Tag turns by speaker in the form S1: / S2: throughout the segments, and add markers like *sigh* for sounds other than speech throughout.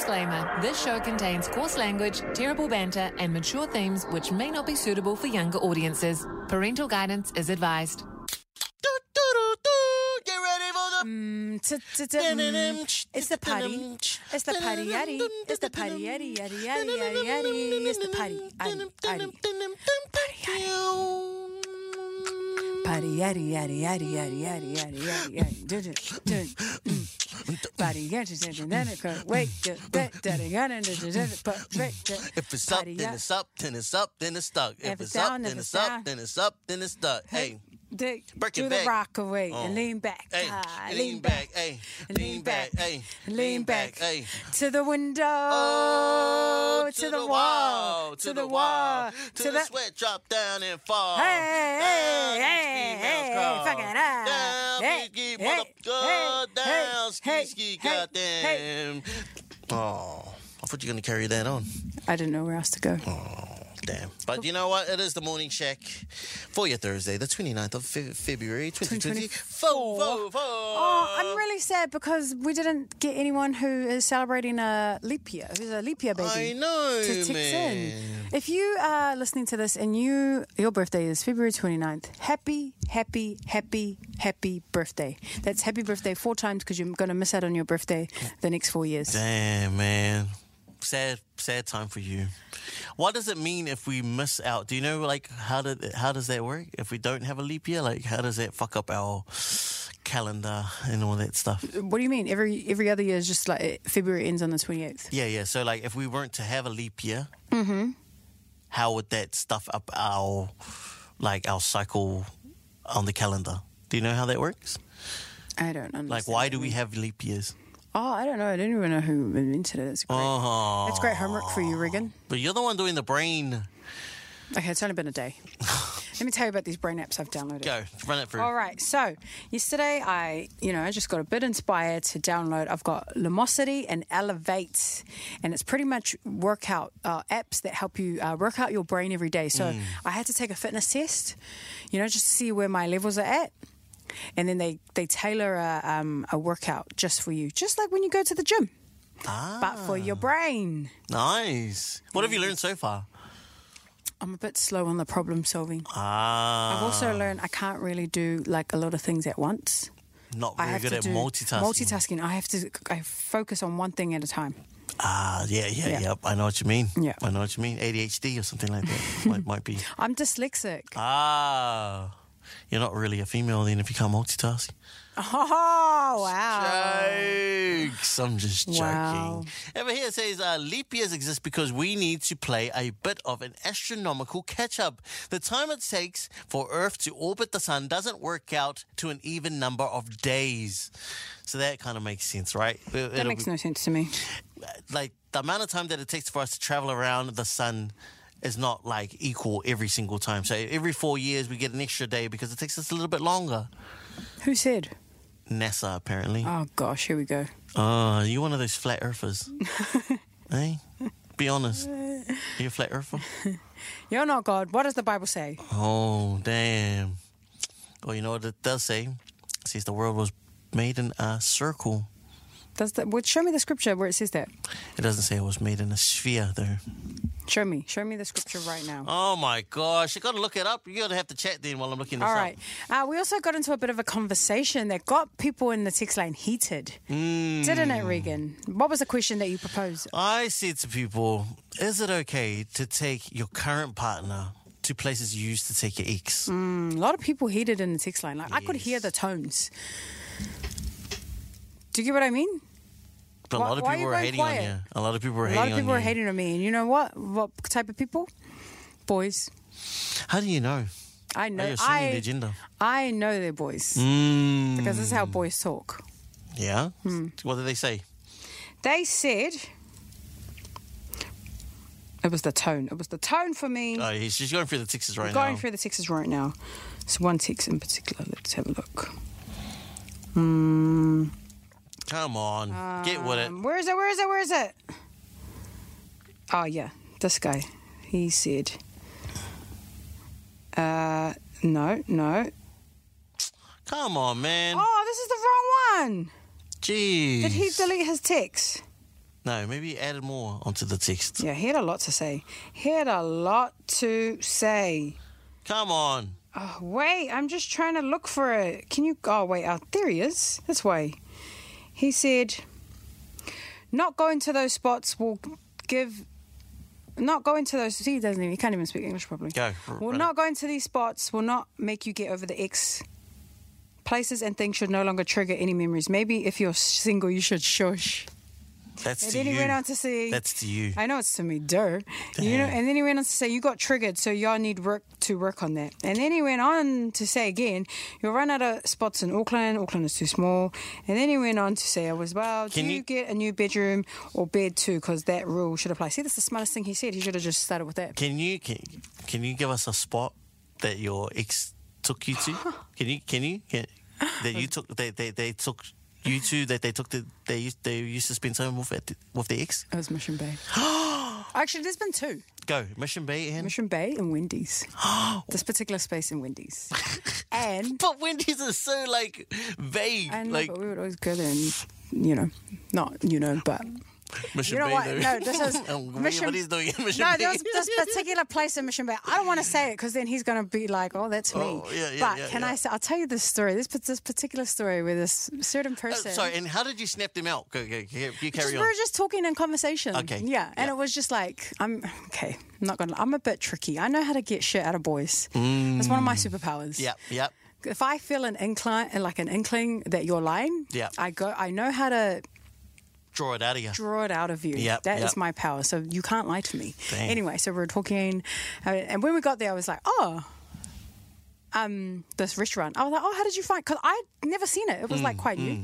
S1: Disclaimer This show contains coarse language, terrible banter, and mature themes which may not be suitable for younger audiences. Parental guidance is advised.
S2: Get ready for the.
S3: Mm-hmm. It's the party. It's the party yaddy. It's the party yaddy yaddy yaddy yaddy yaddy. It's the party yaddy yaddy party yaddy yaddy yaddy yaddy yaddy yaddy yaddy yaddy. Dun, dun, dun, mm. Party yaddy yaddy yaddy yaddy. Wait, da- da- da- da- da- da- da- da- da- perfect.
S2: If it's up,
S3: Party
S2: then
S3: yad-
S2: it's up, then it's up, then it's stuck. If it's up,
S3: down,
S2: then
S3: if
S2: it's
S3: it's
S2: up,
S3: down.
S2: then it's up, then it's stuck. Hey,
S3: Dick,
S2: Break it
S3: do the
S2: back.
S3: rock away and
S2: Oh.
S3: lean back.
S2: hey,
S3: Ah,
S2: lean back, hey,
S3: Lean back.
S2: hey,
S3: Lean back.
S2: hey.
S3: To the window.
S2: Oh,
S3: to the wall.
S2: to the wall, to the
S3: that-
S2: sweat drop down and fall.
S3: Hey, hey,
S2: Down,
S3: hey,
S2: these
S3: hey,
S2: females
S3: hey,
S2: crawl.
S3: fuck it up.
S2: Down, ski,
S3: Hey,
S2: ski,
S3: hey,
S2: motherfucker,
S3: hey,
S2: down,
S3: hey,
S2: ski,
S3: hey,
S2: ski,
S3: hey,
S2: goddamn.
S3: hey.
S2: Oh, I thought you were gonna carry that on.
S3: I didn't know where else to go.
S2: Oh. Damn. But you know what? It is the morning check for your Thursday, the 29th of Fe- February 2024.
S3: Oh, I'm really sad because we didn't get anyone who is celebrating a leap year, who's a leap year
S2: I
S3: baby.
S2: know,
S3: To text
S2: man.
S3: in. If you are listening to this and you your birthday is February 29th, happy, happy, happy, happy birthday. That's happy birthday four times because you're going to miss out on your birthday the next four years.
S2: Damn, man. Sad, sad time for you. What does it mean if we miss out? Do you know, like, how did how does that work? If we don't have a leap year, like, how does that fuck up our calendar and all that stuff?
S3: What do you mean? Every every other year is just like eh, February ends on the 28th.
S2: Yeah, yeah. So, like, if we weren't to have a leap year, how would that stuff up our like our cycle on the calendar? Do you know how that works?
S3: I don't understand.
S2: Like, why do we have leap years?
S3: Oh, I don't know. I don't even know who invented it. It's great.
S2: Oh,
S3: That's great homework for you, Regan.
S2: but you're the one doing the brain.
S3: Okay, it's only been
S2: *laughs*
S3: a day. Let me tell you about these brain apps I've downloaded.
S2: Go run it through.
S3: All right. So yesterday, I you know I just got a bit inspired to download. I've got Lumosity and Elevate, and it's pretty much workout uh, apps that help you uh, work out your brain every day. So
S2: Mm.
S3: I had to take a fitness test, you know, just to see where my levels are at. And then they, they tailor a, um, a workout just for you, just like when you go to the gym,
S2: Ah,
S3: but for your brain.
S2: nice. What have you learned so far?
S3: I'm a bit slow on the problem solving.
S2: Ah,
S3: I've also learned I can't really do like a lot of things at once.
S2: not
S3: I
S2: very
S3: have
S2: good
S3: to
S2: at
S3: do
S2: multitasking.
S3: Multitasking. I have to I focus on one thing at a time.
S2: Ah, yeah, yeah, yeah.
S3: Yeah.
S2: I know what you mean.
S3: Yeah.
S2: I know what you mean. ADHD or something like
S3: *laughs*
S2: that might, might be.
S3: I'm dyslexic.
S2: Uh, Ah, you're not really a female then if you can't multitask.
S3: *laughs* Oh wow.
S2: Jokes. I'm just joking.
S3: Wow.
S2: Over here it says uh, leap years exist because we need to play a bit of an astronomical catch up. The time it takes for Earth to orbit the sun doesn't work out to an even number of days. So that kind of makes sense, right?
S3: That makes no sense to me.
S2: like the amount of time that it takes for us to travel around the sun is not like equal every single time. So every four years we get an extra day because it takes us a little bit longer.
S3: Who said?
S2: NASA apparently.
S3: Oh gosh, here we go.
S2: Oh, you one of those flat
S3: *laughs*
S2: earthers. hey? Be honest. Are you a flat earther?
S3: You're not God. What does the Bible say?
S2: Oh, damn. Well, you know what it does say? It says the world was made in a circle.
S3: Does that well, show me the scripture where it says that?
S2: It doesn't say it was made in a sphere, though.
S3: Show me. Show me the scripture right now.
S2: Oh, my gosh. you got to look it up. you got to have to chat then while I'm looking this
S3: All
S2: up.
S3: right. Uh, we also got into a bit of a conversation that got people in the text line heated,
S2: Hmm.
S3: didn't it, Regan? What was the question that you proposed?
S2: I said to people, is it okay to take your current partner to places you used to take your ex?
S3: A lot of people heated in the text line. Like I could
S2: Yes.
S3: hear the tones. Do you get what I mean?
S2: But
S3: Why-
S2: a lot of
S3: why are
S2: people
S3: you
S2: were
S3: going
S2: hating
S3: quiet?
S2: on you. A lot of people were
S3: A
S2: hating
S3: lot of people
S2: on
S3: are
S2: you.
S3: hating on me, and you know what? What type of people? Boys.
S2: How do you know?
S3: I
S2: Are you
S3: know.
S2: assuming their
S3: I
S2: gender?
S3: I know they're boys
S2: Mm,
S3: because this is how boys talk.
S2: yeah.
S3: Hmm.
S2: What did they say?
S3: They said. It was the tone. It was the tone for me.
S2: Oh, he's just going through the texts right
S3: Mm. going
S2: now.
S3: through the texts right now. So one text in particular. Let's have a look.
S2: Come on, get with it.
S3: Um, where is it? Where is it? Where is it? Oh yeah, this guy. He said, uh, "No, no."
S2: Come on, man.
S3: Oh, this is the wrong one.
S2: Jeez.
S3: Did he delete his text?
S2: No, maybe you added more onto the text.
S3: Yeah, he had a lot to say. He had a lot to say.
S2: Come on.
S3: Oh, wait, I'm just trying to look for it. Can you? Oh, wait, oh, there he is. This way. He said, not going to those spots will give. Not going to those. See, he doesn't even. He can't even speak English properly.
S2: Go, r-
S3: Well,
S2: run
S3: not going to these spots will not make you get over the X. Places and things should no longer trigger any memories. Maybe if you're single, you should shush.
S2: That's
S3: And
S2: to
S3: then
S2: you.
S3: he went on to say,
S2: That's to you.
S3: I know it's to me, duh. You know,
S2: Damn.
S3: and then he went on to say, "You got triggered, so y'all need work to work on that." And then he went on to say again, "You'll run out of spots in Auckland. Auckland is too small." And then he went on to say, "I was well.
S2: Can
S3: do
S2: you-
S3: you get a new bedroom or bed too? Because that rule should apply." See, that's the smartest thing he said. He should have just started with that.
S2: Can you can, can you give us a spot that your ex took you
S3: *laughs*
S2: to? Can you can you can, that you took they, they, they took you to that they took the they used they used to spend time with at, with the ex?
S3: It was
S2: *gasps*
S3: Mission Bay. Actually, there's been two:
S2: Go Mission Bay and
S3: Mission Bay and
S2: *gasps*
S3: Wendy's. this particular space
S2: *laughs*
S3: in Wendy's,
S2: *laughs*
S3: and
S2: but Wendy's is so like vague,
S3: and
S2: like
S3: but we would always go there and you know, not you know,
S2: *laughs*
S3: but.
S2: Mission
S3: You know
S2: Bay.
S3: what?
S2: Though.
S3: No,
S2: *laughs*
S3: this is
S2: Um, what-
S3: Mission-
S2: what he's doing in Mission
S3: No,
S2: Bay. Oh, *laughs*
S3: there was this particular place in Mission Bay. I don't want to say it because then he's going to be like, "Oh, that's me."
S2: Oh, yeah, yeah,
S3: but
S2: yeah,
S3: can
S2: yeah.
S3: I say? I'll tell you this story. This this particular story where this certain
S2: Oh,
S3: person.
S2: sorry, and how did you snap them out? Go, go, go you
S3: just,
S2: carry
S3: we
S2: on.
S3: were just talking in conversation.
S2: Okay,
S3: Yeah, and
S2: yeah.
S3: it was just like I'm okay. I'm not gonna. I'm a bit tricky. I know how to get shit out of boys. That's one of my
S2: Mm.
S3: superpowers.
S2: Yep, yep.
S3: If I feel an incline, like an inkling that you're lying,
S2: Yeah.
S3: I go. I know how to
S2: Draw it out of you.
S3: draw it out of you.
S2: Yep,
S3: That is
S2: yep.
S3: my power. So you can't lie to me.
S2: Dang.
S3: Anyway, so we are talking, uh, and when we got there, I was like, oh. Um, this restaurant. I was like, oh, how did you find? Because I'd never seen it. It was
S2: Mm,
S3: like quite new.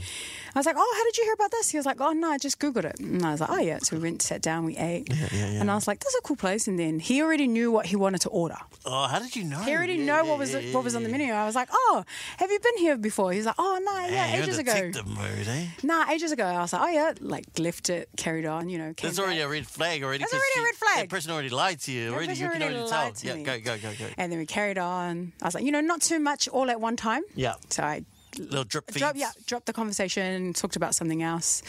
S3: I was like, oh, how did you hear about this? He was like, oh no, I just googled it. And I was like, oh yeah. So we went, sat down, we ate,
S2: yeah,
S3: and I was like, this is a cool place. And then he already knew what he wanted to order.
S2: Oh, how did you know?
S3: He already
S2: Yeah,
S3: know
S2: yeah,
S3: what was
S2: yeah, yeah,
S3: what was on
S2: yeah.
S3: the menu. I was like, oh, have you been here before? He's like, oh no,
S2: Man,
S3: yeah,
S2: you're
S3: ages
S2: in
S3: ago.
S2: detective mode, eh?
S3: Nah, ages ago. I was like, oh yeah, like left it, carried on, you know. came
S2: That's already
S3: back.
S2: a red flag already.
S3: That's
S2: 'cause
S3: already a
S2: she-
S3: red flag.
S2: That person already lied to you
S3: That
S2: already. You
S3: person
S2: can
S3: already
S2: already tell.
S3: lied to
S2: Yeah,
S3: me.
S2: go, go, go,
S3: *laughs*
S2: go.
S3: And then we carried on. I was like, you know, not too much all at one time.
S2: Yeah.
S3: So I
S2: Little drip feeds.
S3: dropped, yeah, dropped the conversation, talked about something else.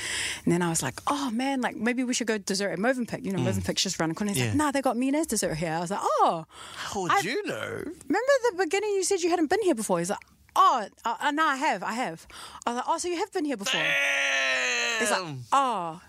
S3: And then I was like, oh man, like maybe we should go dessert at Movenpick. You know, Movenpick's just around the corner. He's
S2: Mm. Yeah.
S3: like, nah, they got Mina's dessert here. I was like, oh,
S2: How would
S3: I-
S2: you know?
S3: remember the beginning you said you hadn't been here before? He's like, oh, uh, uh, no, I have, I have. I was like, oh, so you have been here before? He's like,
S2: Damn.
S3: oh,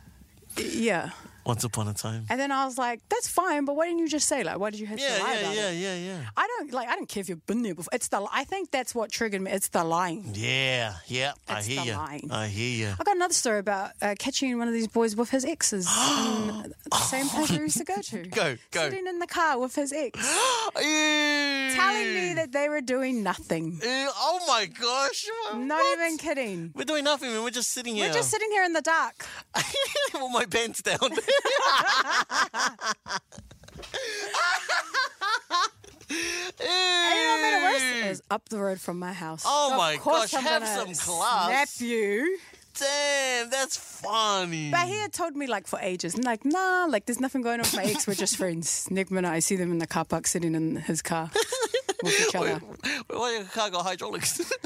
S3: yeah.
S2: Once upon a time.
S3: And then I was like, that's fine, but why didn't you just say, like, why did you have
S2: Yeah,
S3: to lie
S2: yeah,
S3: about
S2: yeah,
S3: it?
S2: yeah, yeah.
S3: I don't like. I don't care if you've been there before. It's the. I think that's what triggered me. It's the lying.
S2: Yeah, yeah. I
S3: That's
S2: hear
S3: the
S2: you.
S3: line.
S2: I hear you.
S3: I got another story about uh, catching one of these boys with
S2: *gasps*
S3: his exes in the same place we used to go to.
S2: Go, go. *gasps*
S3: Sitting in the car with his ex, telling me that they were
S2: *gasps*
S3: doing nothing.
S2: Oh my gosh.
S3: Not
S2: what?
S3: even kidding.
S2: We're doing nothing, man. We're just sitting here.
S3: We're just sitting here in the dark.
S2: *laughs* sitting. With my pants down.
S3: And you know what made it worse? It was up the road from my house.
S2: Mm. Oh
S3: Of
S2: my
S3: course
S2: gosh,
S3: I'm
S2: have
S3: gonna
S2: some class.
S3: Snap you.
S2: Damn, that's funny.
S3: But he had told me like for ages, and like nah, like there's nothing going on with my ex. We're just friends. *laughs* Nick and I see them in the car park sitting in his
S2: *laughs*
S3: car with each other.
S2: Why your car got hydraulics? *laughs*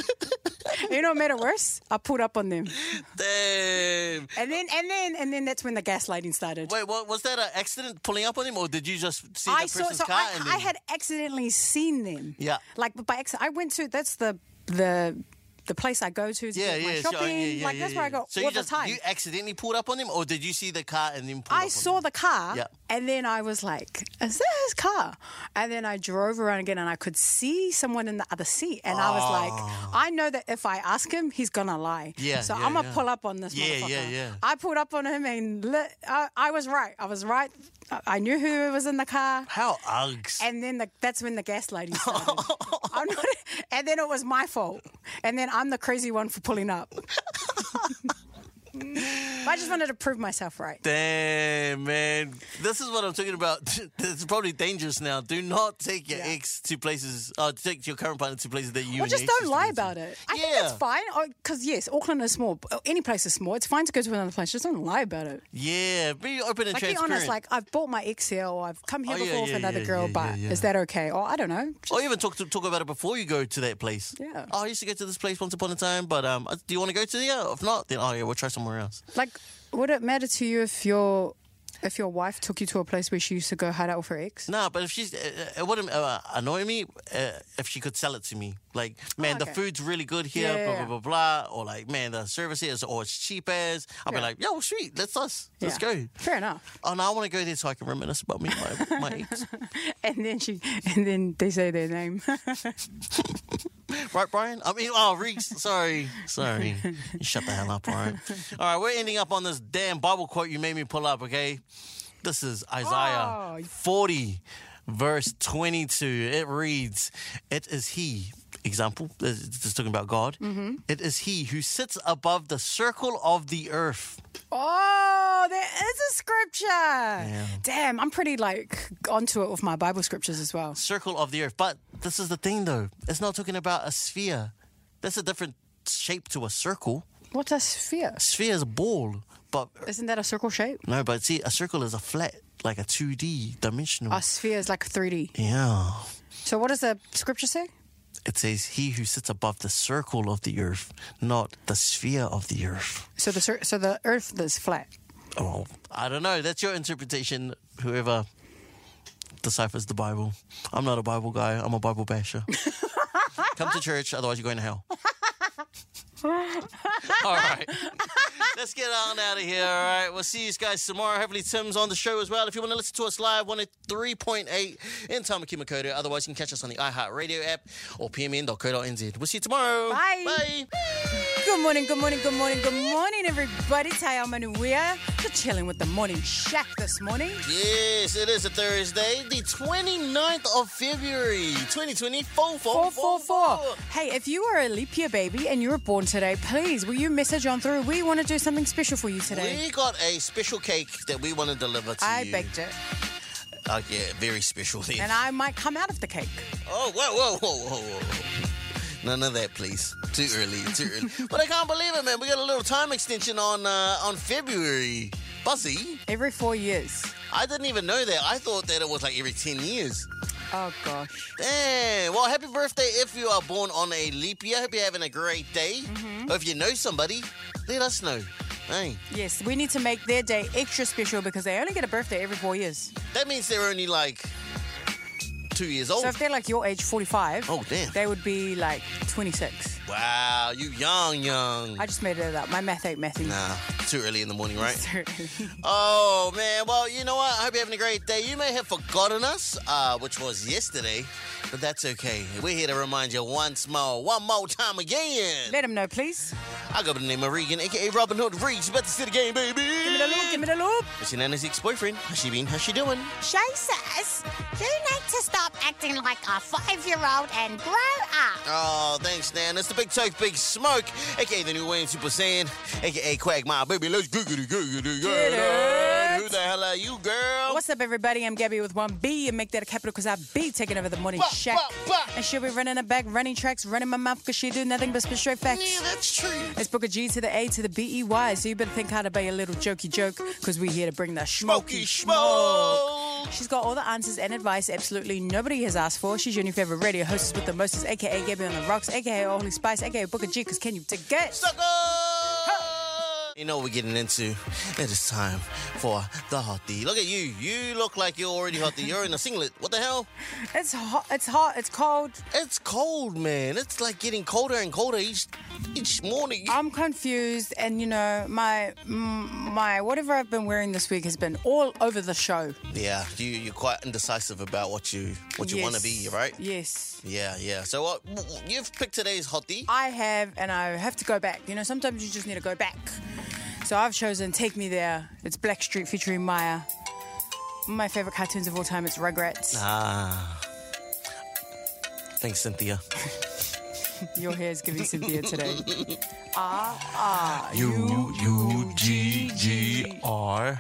S3: You know what made it worse? I pulled up on them,
S2: Damn.
S3: and then and then and then that's when the gaslighting started.
S2: Wait, what, was that an accident pulling up on him, or did you just see
S3: I
S2: that
S3: saw
S2: person's
S3: so
S2: car?
S3: I,
S2: and
S3: I
S2: then-
S3: had accidentally seen them.
S2: Yeah.
S3: like by accident. I went to that's the the the place I go to to
S2: yeah,
S3: get my
S2: yeah, sure,
S3: shopping.
S2: yeah, yeah,
S3: like
S2: yeah,
S3: that's
S2: yeah.
S3: where I go
S2: So
S3: all
S2: you
S3: the
S2: just,
S3: time.
S2: You accidentally pulled up on him, or did you see the car and then pull up
S3: I
S2: on
S3: saw
S2: him?
S3: the car,
S2: Yeah.
S3: and then I was like, "Is that his car?" And then I drove around again, and I could see someone in the other seat, and I was like, "I know that if I ask him, he's gonna lie.
S2: Oh. Yeah,
S3: so
S2: yeah,
S3: I'm gonna
S2: yeah.
S3: pull up on this
S2: Yeah,
S3: motherfucker."
S2: yeah, yeah.
S3: I pulled up on him, and li- I, I was right. I was right. I- I knew who was in the car.
S2: How uggs.
S3: And then the, that's when
S2: *laughs*
S3: the gaslighting started. I'm not, and then it was my fault. And then I'm the crazy one for pulling up. *laughs* I just wanted to prove myself right.
S2: Damn, man. This is what I'm talking about. *laughs* it's probably dangerous now. Do not take your
S3: Yeah.
S2: ex to places, uh, take your current partner to places that you
S3: Well,
S2: and your
S3: just
S2: ex
S3: don't
S2: used to
S3: lie
S2: go to.
S3: about it. I
S2: yeah.
S3: think it's fine. Because, yes, Auckland is small. but Any place is small. It's fine to go to another place. Just don't lie about it.
S2: Yeah, be open and
S3: Like, be
S2: transparent.
S3: honest. Like, I've bought my ex here, or I've come here
S2: Oh, yeah,
S3: before with
S2: yeah,
S3: another
S2: yeah,
S3: girl,
S2: yeah,
S3: but
S2: yeah, yeah.
S3: is that okay? Or I don't know.
S2: or even talk to, talk about it before you go to that place.
S3: Yeah.
S2: Oh, I used to go to this place once upon a time, but um, uh, do you want to go to there? If uh, not, then oh yeah, we'll try somewhere somewhere else.
S3: Like, would it matter to you if your if your wife took you to a place where she used to go hide out with her ex?
S2: No, but if she's, uh, it wouldn't uh, annoy me uh, if she could sell it to me. Like, man, the
S3: Oh, okay.
S2: food's really good here,
S3: Yeah,
S2: blah,
S3: yeah,
S2: blah, blah, blah. Or like, man, the service here is, or it's cheap as. I'll be
S3: Yeah.
S2: like, yo, sweet, let's us. Let's
S3: Yeah.
S2: go.
S3: Fair enough. *laughs*
S2: Oh, no, I want to go there so I can reminisce about me, and my, my ex.
S3: And then she, and then they say their name. *laughs*
S2: Right, Brian? I mean, oh, Reeks, sorry. Sorry. You shut the hell up, all right? All right, we're ending up on this damn Bible quote you made me pull up, okay? This is Isaiah
S3: Oh.
S2: 40, verse 22. It reads, It is He, example, this is just talking about God. It is He who sits above the circle of the earth.
S3: oh, there is a scripture. Damn, I'm pretty like onto it with my Bible scriptures as well.
S2: Circle of the earth. But this is the thing, though. It's not talking about a sphere, that's a different shape to a circle.
S3: What a sphere!
S2: Sphere is a ball, but
S3: Isn't that a circle shape?
S2: No, but see, a circle is a flat, like a 2D dimensional.
S3: A sphere is like 3D.
S2: yeah.
S3: So what does the scripture say?
S2: It says, He who sits above the circle of the earth, not the sphere of the earth.
S3: So the cir- so the Earth is flat.
S2: Oh, I don't know. That's your interpretation, whoever deciphers the Bible. I'm not a Bible guy, I'm a Bible basher. Come to church, otherwise, you're going to hell. all right. Let's get on out of here. All right. We'll see you guys tomorrow. Hopefully, Tim's on the show as well. If you want to listen to us live, 103.8 in Tamaki Makoto. Otherwise, you can catch us on the iHeartRadio app or pmn.co.nz. We'll see you tomorrow.
S3: Bye.
S2: Bye.
S3: Good morning, good morning, good morning, good morning, everybody. Tayo Manuia. You're chilling with the morning shack this morning.
S2: Yes, it is a Thursday, the 29th of February, 2020. Four, four, four,
S3: 444.
S2: four.
S3: Hey, if you are a leap year baby and you were born today, please will you message on through? We want to do something special for you today.
S2: We got a special cake that we want to deliver to
S3: I
S2: you.
S3: baked it,
S2: Oh, yeah, very special. Then.
S3: and I might come out of the cake.
S2: Oh, whoa, whoa, whoa, whoa, whoa. None of that, please. Too early, too
S3: *laughs*
S2: early. but I can't believe it, man. We got a little time extension on uh, on February. Buzzy,
S3: Every four years.
S2: I didn't even know that. I thought that it was like every 10 years.
S3: Oh gosh.
S2: Damn. Well, happy birthday if you are born on a leap year. Hope you're having a great day.
S3: Mm-hmm.
S2: Or if you know somebody, let us know. Hey,
S3: Yes, we need to make their day extra special because they only get a birthday every four years.
S2: that means they're only like two years old.
S3: So if they're like your age, 45,
S2: Oh, damn.
S3: they would be like 26.
S2: wow, you young, young.
S3: I just made it up. My math ain't mathy.
S2: nah, too early in the morning, right?
S3: *laughs* Sorry.
S2: Oh man, well you know what? I hope you're having a great day. You may have forgotten us, uh, which was yesterday, but that's okay. We're here to remind you once more, one more time again.
S3: Let them know, please.
S2: I go by the name of Regan, aka Robin Hood Reeks, about to see the game, baby.
S3: Give me the loop, give me the loop.
S2: It's your nana's ex-boyfriend. How's she been? How's she doing?
S4: Shay says, you need to stop acting like a five year old and grow up.
S2: Oh, thanks, Nan. It's the Big Toke Big Smoke, aka the new Wayne Super Saiyan, aka Quagmire, baby. Let's googity googity
S3: Get
S2: go.
S3: it.
S2: Who the hell are you, girl?
S3: What's up, everybody? I'm Gabby with 1B, and make that a capital because I be taking over the morning
S2: Bah,
S3: shack.
S2: bah, bah.
S3: And she'll be running her back, running tracks, running my mouth because she do nothing but spit straight
S2: yeah,
S3: facts.
S2: that's true.
S3: It's Booker G to the A to the B E Y, so you better think how to be a little jokey joke because we're here to bring the smoky
S2: Smoky
S3: smoke.
S2: smoke.
S3: She's got all the answers and advice absolutely nobody has asked for. She's your new favorite radio hostess with the mostest, aka Gabby on the Rocks, aka Holy Spice, aka Booker G, because can you dig it?
S2: Sucker! You know what we're getting into. It is time for the hottie. Look at you. You look like you're already hottie. You're in a singlet. What the hell?
S3: It's hot, it's hot, it's cold.
S2: It's cold, man. It's like getting colder and colder each each morning.
S3: I'm confused, and you know my mm, my whatever I've been wearing this week has been all over the show.
S2: Yeah, you you're quite indecisive about what you what you
S3: Yes.
S2: want to be, right?
S3: Yes,
S2: Yeah, yeah. So what you've picked today's hottie.
S3: I have, and I have to go back. You know, sometimes you just need to go back. So I've chosen "Take Me There." It's Blackstreet featuring Maya. One of my favorite cartoons of all time. It's Rugrats.
S2: Ah. Thanks, Cynthia.
S3: Your hair is giving Cynthia today.
S2: U U G G R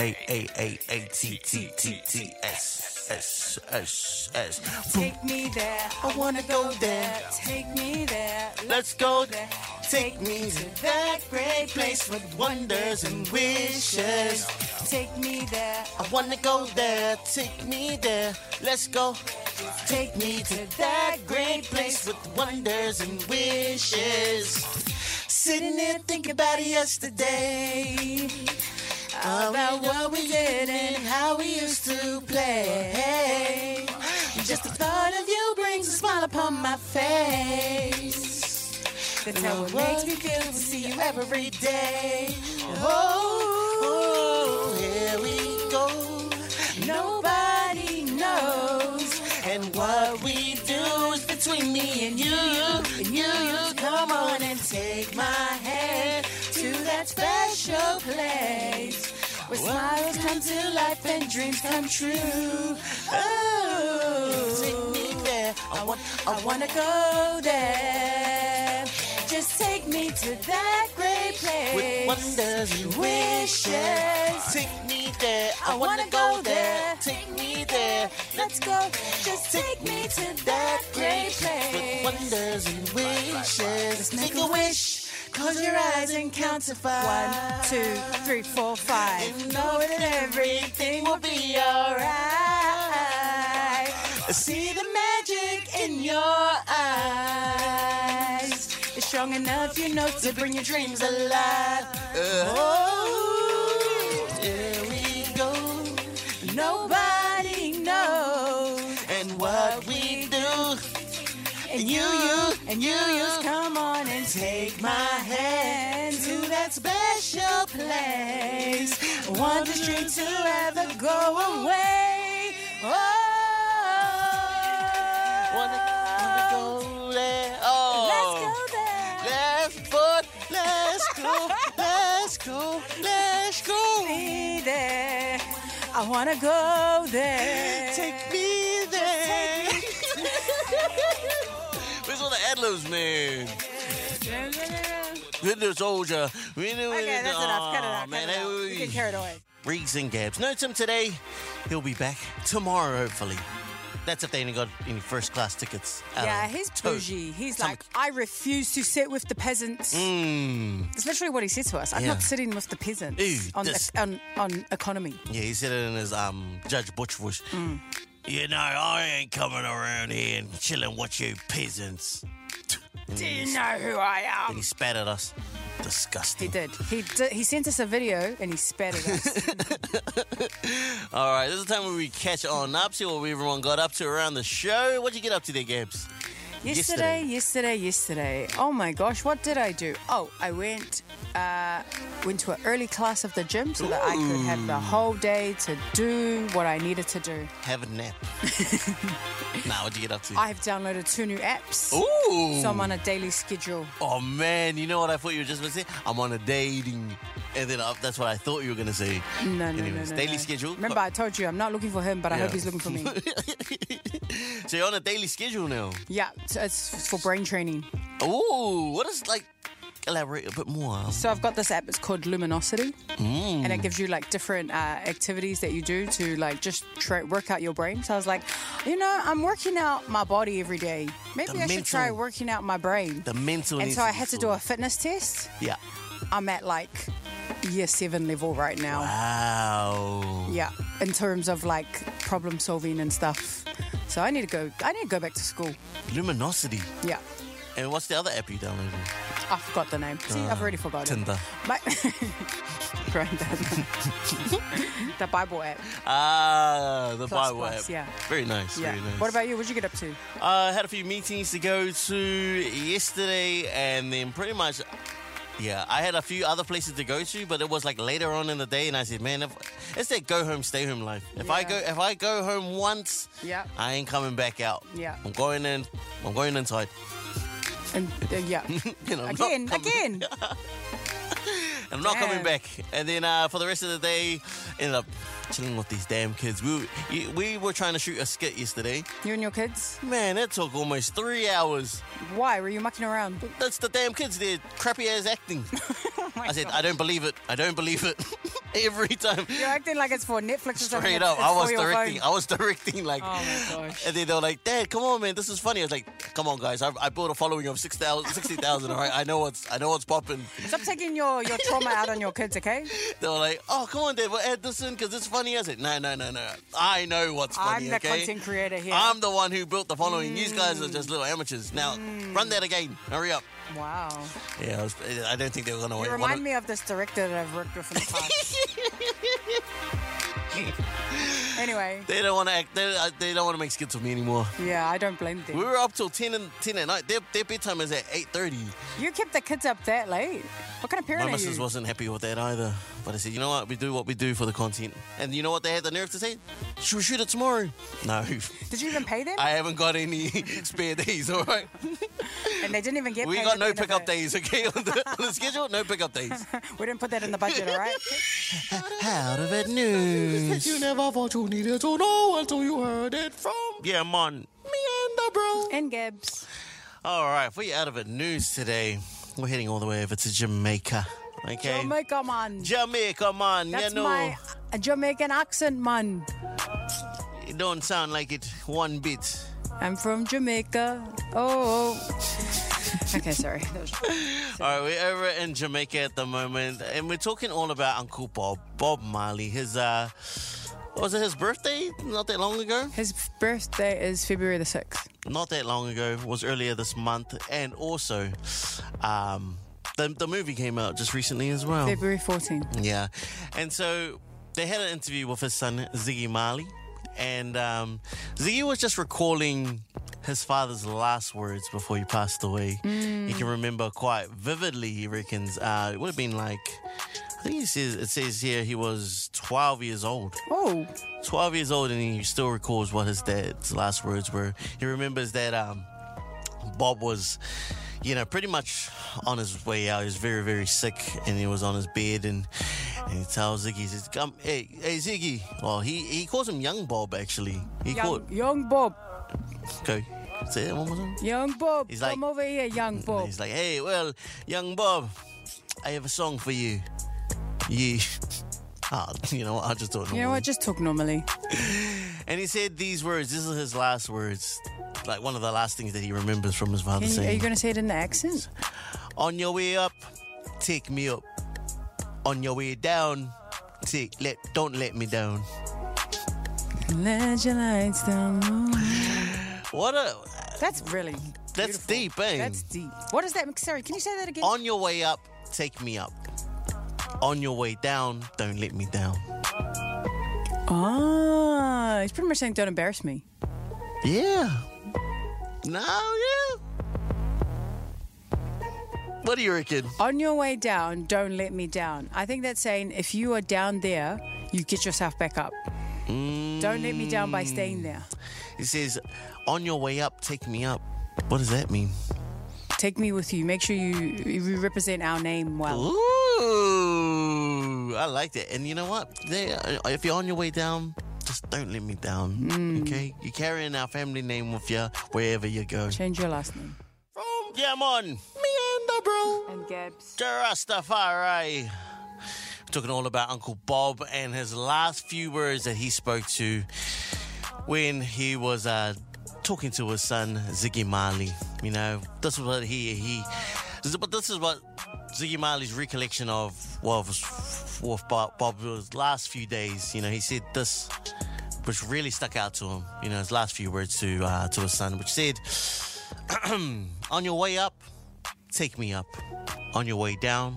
S2: A A A A T T T T S S S S.
S3: Take me there. I wanna go there. Take me there.
S2: Let's go. there. Take me to that great place with wonders and wishes.
S3: Take me there.
S2: I wanna go there. Take me there. Let's go. Take me to that great place with wonders and wishes. Sitting there thinking about yesterday. About what we did and how we used to play. Just the thought of you brings a smile upon my face. That's how it makes me feel to see you every day. Oh, oh here we go. Nobody knows. And what we do is between me and you. And you, come on and take my hand to that special place. Where smiles come to life and dreams come true. Oh, take me there. I want, I want to go there. Just take me to that great place. With wonders and wishes. Take me there. I, want to go there. Take me there. Let's go. Just take me to that great place. With wonders and wishes. Make a wish. Close your eyes and count to five.
S3: One, two, three, four, five.
S2: And know that everything will be alright. See the magic in your eyes. It's strong enough, you know, to bring your dreams alive. Uh-huh. Oh, here we go. Nobody knows. And what we do. And you, you, and you, you, come on and take my hand to that special place. One dream to ever go away. Oh, wanna, wanna go there? Oh, let's go there. Let's put, let's go, let's go, let's go.
S3: me there. I want to go there.
S2: Take me there.
S3: *laughs*
S2: Where's all the ad libs, man? Good news, soldier. We knew
S3: Okay, that's enough. Cut it
S2: Aw,
S3: out.
S2: Man,
S3: cut it out.
S2: hey,
S3: You can carry it away.
S2: Reeks and Gabs. No Tim today. He'll be back tomorrow, hopefully. That's if they ain't got any first class tickets. out
S3: Yeah,
S2: of
S3: he's
S2: tow.
S3: bougie. He's
S2: Some- Mm.
S3: like, I refuse to sit with the peasants.
S2: Hmm.
S3: That's literally what he said to us. I'm
S2: Yeah.
S3: not sitting with the peasants
S2: Ew,
S3: on,
S2: dis-
S3: on on economy.
S2: Yeah, he said it in his um Judge Butch voice.
S3: Mm.
S2: You know, I ain't coming around here and chilling with you peasants. Mm.
S3: Do you know who I
S2: And
S3: am?
S2: he spat at us. Disgusting.
S3: He did. He did. He sent us a video and he spat at
S2: *laughs*
S3: us.
S2: All right, this is the time where we catch on up, see what everyone got up to around the show. What'd you get up to there, Gabs?
S3: yesterday, yesterday, yesterday. Oh my gosh, what did I do? Oh, I went uh, went to an early class of the gym so that I could have the whole day to do what I needed to do.
S2: Have a
S3: *laughs*
S2: nap. nah, what'd you get up to?
S3: I have downloaded two new apps.
S2: Ooh.
S3: So I'm on a daily schedule.
S2: oh, man, you know what I thought you were just going to say? I'm on a dating. And then uh, that's what I thought you were going to say.
S3: No, no,
S2: Anyways,
S3: no, no.
S2: daily
S3: no.
S2: schedule.
S3: Remember, I told you I'm not looking for him, but I hope
S2: Yeah.
S3: he's looking for me.
S2: *laughs* so you're on a daily schedule now.
S3: yeah, so it's for brain training.
S2: Ooh, what is, like, elaborate a bit more.
S3: So I've got this app. It's called Luminosity,
S2: Mm.
S3: and it gives you like different uh, activities that you do to like just tra- work out your brain. So I was like, you know, I'm working out my body every day. Maybe
S2: The
S3: I should try
S2: mental-
S3: working out my brain.
S2: The mental
S3: and
S2: needs
S3: so
S2: to
S3: I
S2: be
S3: had to do
S2: sorted.
S3: a fitness test.
S2: Yeah.
S3: I'm at like year seven level right now.
S2: Wow.
S3: Yeah, in terms of like problem solving and stuff. So I need to go. I need to go back to school.
S2: Luminosity.
S3: Yeah.
S2: And what's the other app you downloaded?
S3: I forgot the name. See, I've already forgotten.
S2: Tinder.
S3: *laughs* My- *laughs* Grind down. the Bible app.
S2: Ah, the
S3: Plus,
S2: Bible
S3: plus,
S2: app.
S3: yeah.
S2: Very nice.
S3: Yeah.
S2: Very nice.
S3: What about you? What'd you get up to?
S2: I had a few meetings to go to yesterday, and then pretty much, yeah, I had a few other places to go to, but it was like later on in the day, and I said, man, if, it's that go home, stay home life. If I
S3: Yeah.
S2: go, if I go home once,
S3: Yeah.
S2: I ain't coming back out.
S3: Yeah.
S2: I'm going in. I'm going inside. *laughs*
S3: And uh, yeah,
S2: You know, I'm *laughs* not
S3: again,
S2: coming- *laughs*
S3: again.
S2: I'm not coming
S3: Damn.
S2: back. And then uh, for the rest of the day, ended up chilling with these damn kids. We were, we were trying to shoot a skit yesterday.
S3: You and your kids.
S2: Man, that took almost three hours.
S3: Why were you mucking around?
S2: That's the damn kids. They're crappy ass
S3: *laughs*
S2: acting.
S3: Oh
S2: I said, I don't believe it. I don't believe it. *laughs* Every time.
S3: You're acting like it's for Netflix or something.
S2: Straight
S3: It's-
S2: up.
S3: it's
S2: I
S3: for
S2: was
S3: your
S2: directing.
S3: phone.
S2: I was directing like
S3: Oh my gosh.
S2: and then they were like, Dad, come on man, this is funny. I was like, come on guys, I, I built a following of 6,000, 60,000, all right? I know what's I know what's popping. *laughs*
S3: Stop taking your your trauma summer out on your kids, okay?
S2: They were like, oh, come on, Dave, we'll add this in because it's funny. I said, no, no, no, no. I know what's
S3: I'm
S2: funny,
S3: the
S2: okay?
S3: content creator here. Mm.
S2: I'm the one who built the following. You guys are just little amateurs. Now, run that again. Hurry up.
S3: Wow.
S2: Yeah, I, was, I don't think they were going to wait.
S3: You remind me of this director that I've
S2: *laughs*
S3: worked with in the past. anyway,
S2: They don't want to act. They, uh, they don't want to make skits with me anymore.
S3: yeah, I don't blame
S2: We
S3: them.
S2: were up till 10, and, 10 at night. Their, their bedtime is at 8.30.
S3: You kept the kids up that late. What kind of
S2: My
S3: parent are
S2: missus
S3: you?
S2: wasn't happy with that either. But I said, you know what? We do what we do for the content. And you know what they had the nerve to say? She'll shoot it tomorrow. No. *laughs*
S3: Did you even pay them?
S2: I haven't got any *laughs* spare days, all right?
S3: and they didn't even get
S2: We
S3: paid.
S2: got
S3: at the
S2: no
S3: end of
S2: pickup
S3: it.
S2: days, okay? On the, on the schedule, no pickup *laughs* days.
S3: We didn't put that in the budget, all
S2: *laughs*
S3: right?
S2: Out of it news. You never thought you needed to know until you heard it from. Yeah, man. Meander, bro.
S3: and Gibbs.
S2: All right, we're out of it news today. We're heading all the way over to Jamaica, okay?
S3: Jamaica man.
S2: Jamaica, man.
S3: That's
S2: you know,
S3: my Jamaican accent, man.
S2: it don't sound like it one bit.
S3: I'm from Jamaica. Oh. okay, sorry. That was-
S2: All right, we're over in Jamaica at the moment, and we're talking all about Uncle Bob, Bob Marley. His uh, what was it his birthday? Not that long ago.
S3: His birthday is February the 6th.
S2: Not that long ago It was earlier this month, and also, um, the the movie came out just recently as well.
S3: February 14th.
S2: Yeah, and so they had an interview with his son Ziggy Marley, and um, Ziggy was just recalling his father's last words before he passed away. He can remember quite vividly. He reckons uh, it would have been like. I think he says it says here he was 12 years old.
S3: Oh,
S2: 12 years old, and he still recalls what his dad's last words were. He remembers that um, Bob was, you know, pretty much on his way out. He was very, very sick, and he was on his bed, and, and he tells Ziggy, he says, "Come, hey, hey, Ziggy." Well, he he calls him Young Bob actually. He
S3: young,
S2: called.
S3: young Bob.
S2: Okay, say that one more time.
S3: Young Bob.
S2: He's
S3: Come
S2: like-
S3: over here, young
S2: And
S3: Bob.
S2: he's like, "Hey, well, Young Bob, I have a song for you. You." *laughs* Ah, you know, what, I just don't know.
S3: You know what? Just talk normally.
S2: And he said these words. This is his last words. Like one of the last things that he remembers from his father
S3: Can you, are you
S2: saying,
S3: going to say it in the accent?
S2: On your way up, take me up. On your way down, take let don't let me down.
S3: Let your lights down low.
S2: What a
S3: That's really.
S2: that's
S3: beautiful.
S2: deep, eh?
S3: That's deep. What is that? Sorry, can you say that again?
S2: On your way up, take me up. On your way down, don't let me down.
S3: Ah, he's pretty much saying, "Don't embarrass me."
S2: Yeah. No, yeah. What do you reckon?
S3: On your way down, don't let me down. I think that's saying if you are down there, you get yourself back up. Don't let me down by staying there.
S2: Mm. He says, On your way up, take me up. What does that mean?
S3: Take me with you. Make sure you you represent our name well.
S2: Ooh, I like that. And you know what? They, uh, if you're on your way down, just don't let me down. Okay, you're carrying our family name with you wherever you go.
S3: Change your last name.
S2: From Yamon, meander, bro.
S3: And Gabs.
S2: To Rastafari. We're talking all about Uncle Bob and his last few words that he spoke to when he was uh, talking to his son Ziggy Marley. You know, this is what he he. this is- But this is what Ziggy Marley's recollection of well, was, was Bob, Bob's last few days. You know, he said this, which really stuck out to him. You know, his last few words to uh, to his son, which said, *clears throat* "On your way up, take me up. On your way down,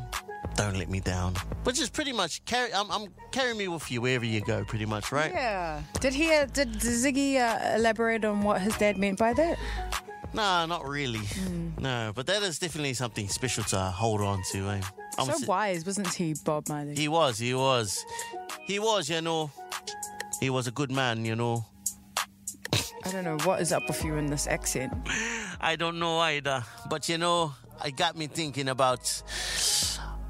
S2: don't let me down." Which is pretty much carry. I'm, I'm carry me with you wherever you go. Pretty much, right?
S3: Yeah. Did he? Uh, did Ziggy uh, elaborate on what his dad meant by that?
S2: No, not really.
S3: Mm.
S2: No, but that is definitely something special to hold on to. Eh? I'm
S3: So
S2: s-
S3: wise, wasn't he, Bob Marley?
S2: He was, he was. He was, you know. He was a good man, you know.
S3: I don't know what is up with you in this accent.
S2: I don't know either. But, you know, it got me thinking about *sighs*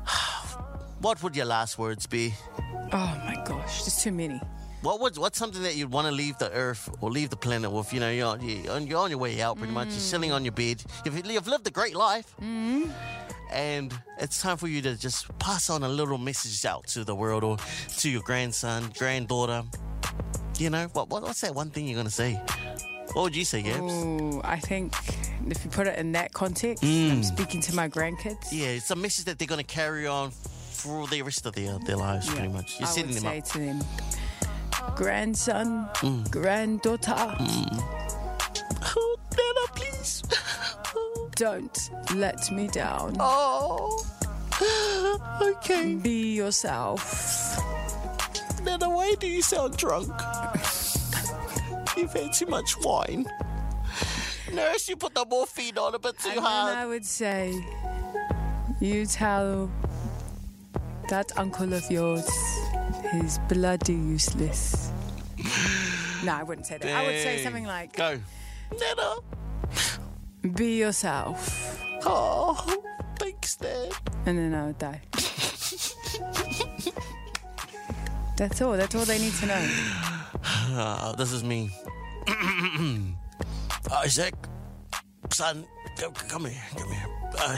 S2: what would your last words be?
S3: Oh my gosh, there's too many.
S2: What would, what's something that you'd want to leave the earth or leave the planet with? You know, you're, on- you're on- you're on your way out pretty much. You're sitting on your bed. You've, you've lived a great life. And it's time for you to just pass on a little message out to the world or to your grandson, granddaughter. You know, what, what what's that one thing you're going to say? What would you say, Gabs?
S3: Ooh, I think if you
S2: Mm.
S3: put it in that context, I'm speaking to my grandkids.
S2: Yeah, it's a message that they're going to carry on f- for the rest of their, their lives, pretty much. You're
S3: I
S2: setting
S3: would
S2: them
S3: say
S2: up. Mm.
S3: to them, grandson, granddaughter,
S2: Oh, Nana, please. *laughs*
S3: don't let me down.
S2: Oh. *gasps* Okay.
S3: Be yourself.
S2: Nana, why do you sound drunk? *laughs* You've had too much wine. Nurse, you put the morphine on a bit too
S3: And then I
S2: hard.
S3: would say, you tell that uncle of yours he's bloody
S2: *laughs*
S3: useless. No, I wouldn't say that. I would say
S2: Dang.
S3: something like,
S2: Go. Nana.
S3: be yourself.
S2: Oh, thanks, Dad.
S3: And then I would die. That's all. That's all they need to know.
S2: Uh, this is me. *clears throat* Uh, Isaac, son, come, come here, come here. Uh,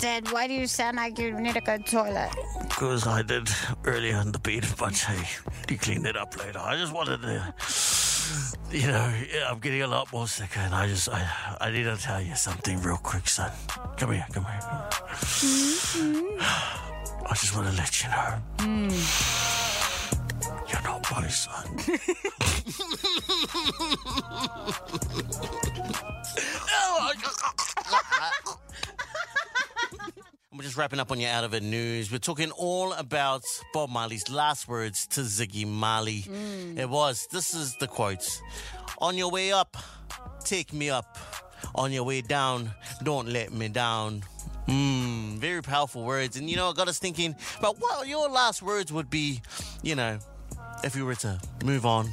S4: Dad, why do you sound like you need to go to the toilet?
S2: Because I did earlier on the beat, but hey, you cleaned it up later. I just wanted to, you know, yeah, I'm getting a lot more sick, and I just, I, I need to tell you something real quick, son. Come here, come here. come here. I just want to let you know. You're not my son. We're just wrapping up on your out of it news. We're talking all about Bob Marley's last words to Ziggy Marley. It was, this is the quote On your way up, take me up. On your way down, don't let me down. Mm, very powerful words. And you know, it got us thinking about what your last words would be, you know, if you were to move on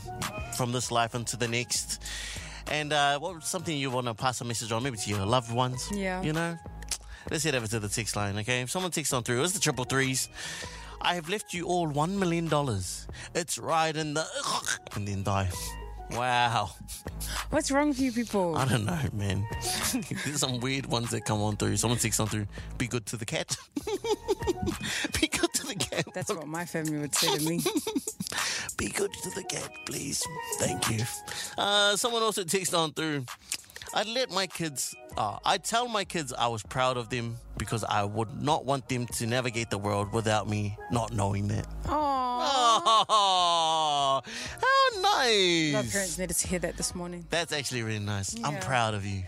S2: from this life into the next. And uh, what was something you want to pass a message on, maybe to your loved ones?
S3: Yeah.
S2: You know? Let's head over to the text line, okay? If someone texts on through, it's the triple threes. I have left you all one million dollars. It's right in the and then die. Wow.
S3: What's wrong with you people?
S2: I don't know, man. *laughs* There's some weird ones that come on through. Someone texts on through, be good to the cat. *laughs* be good to the cat.
S3: That's what my family would say to me.
S2: Be good to the cat, please. Thank you. Uh, someone also texted on through. I'd let my kids. Uh, I tell my kids I was proud of them because I would not want them to navigate the world without me not knowing that.
S3: Oh,
S2: Oh, *laughs* how nice!
S3: my parents needed to hear that this morning.
S2: That's actually really nice. I'm
S3: Yeah.
S2: proud of you.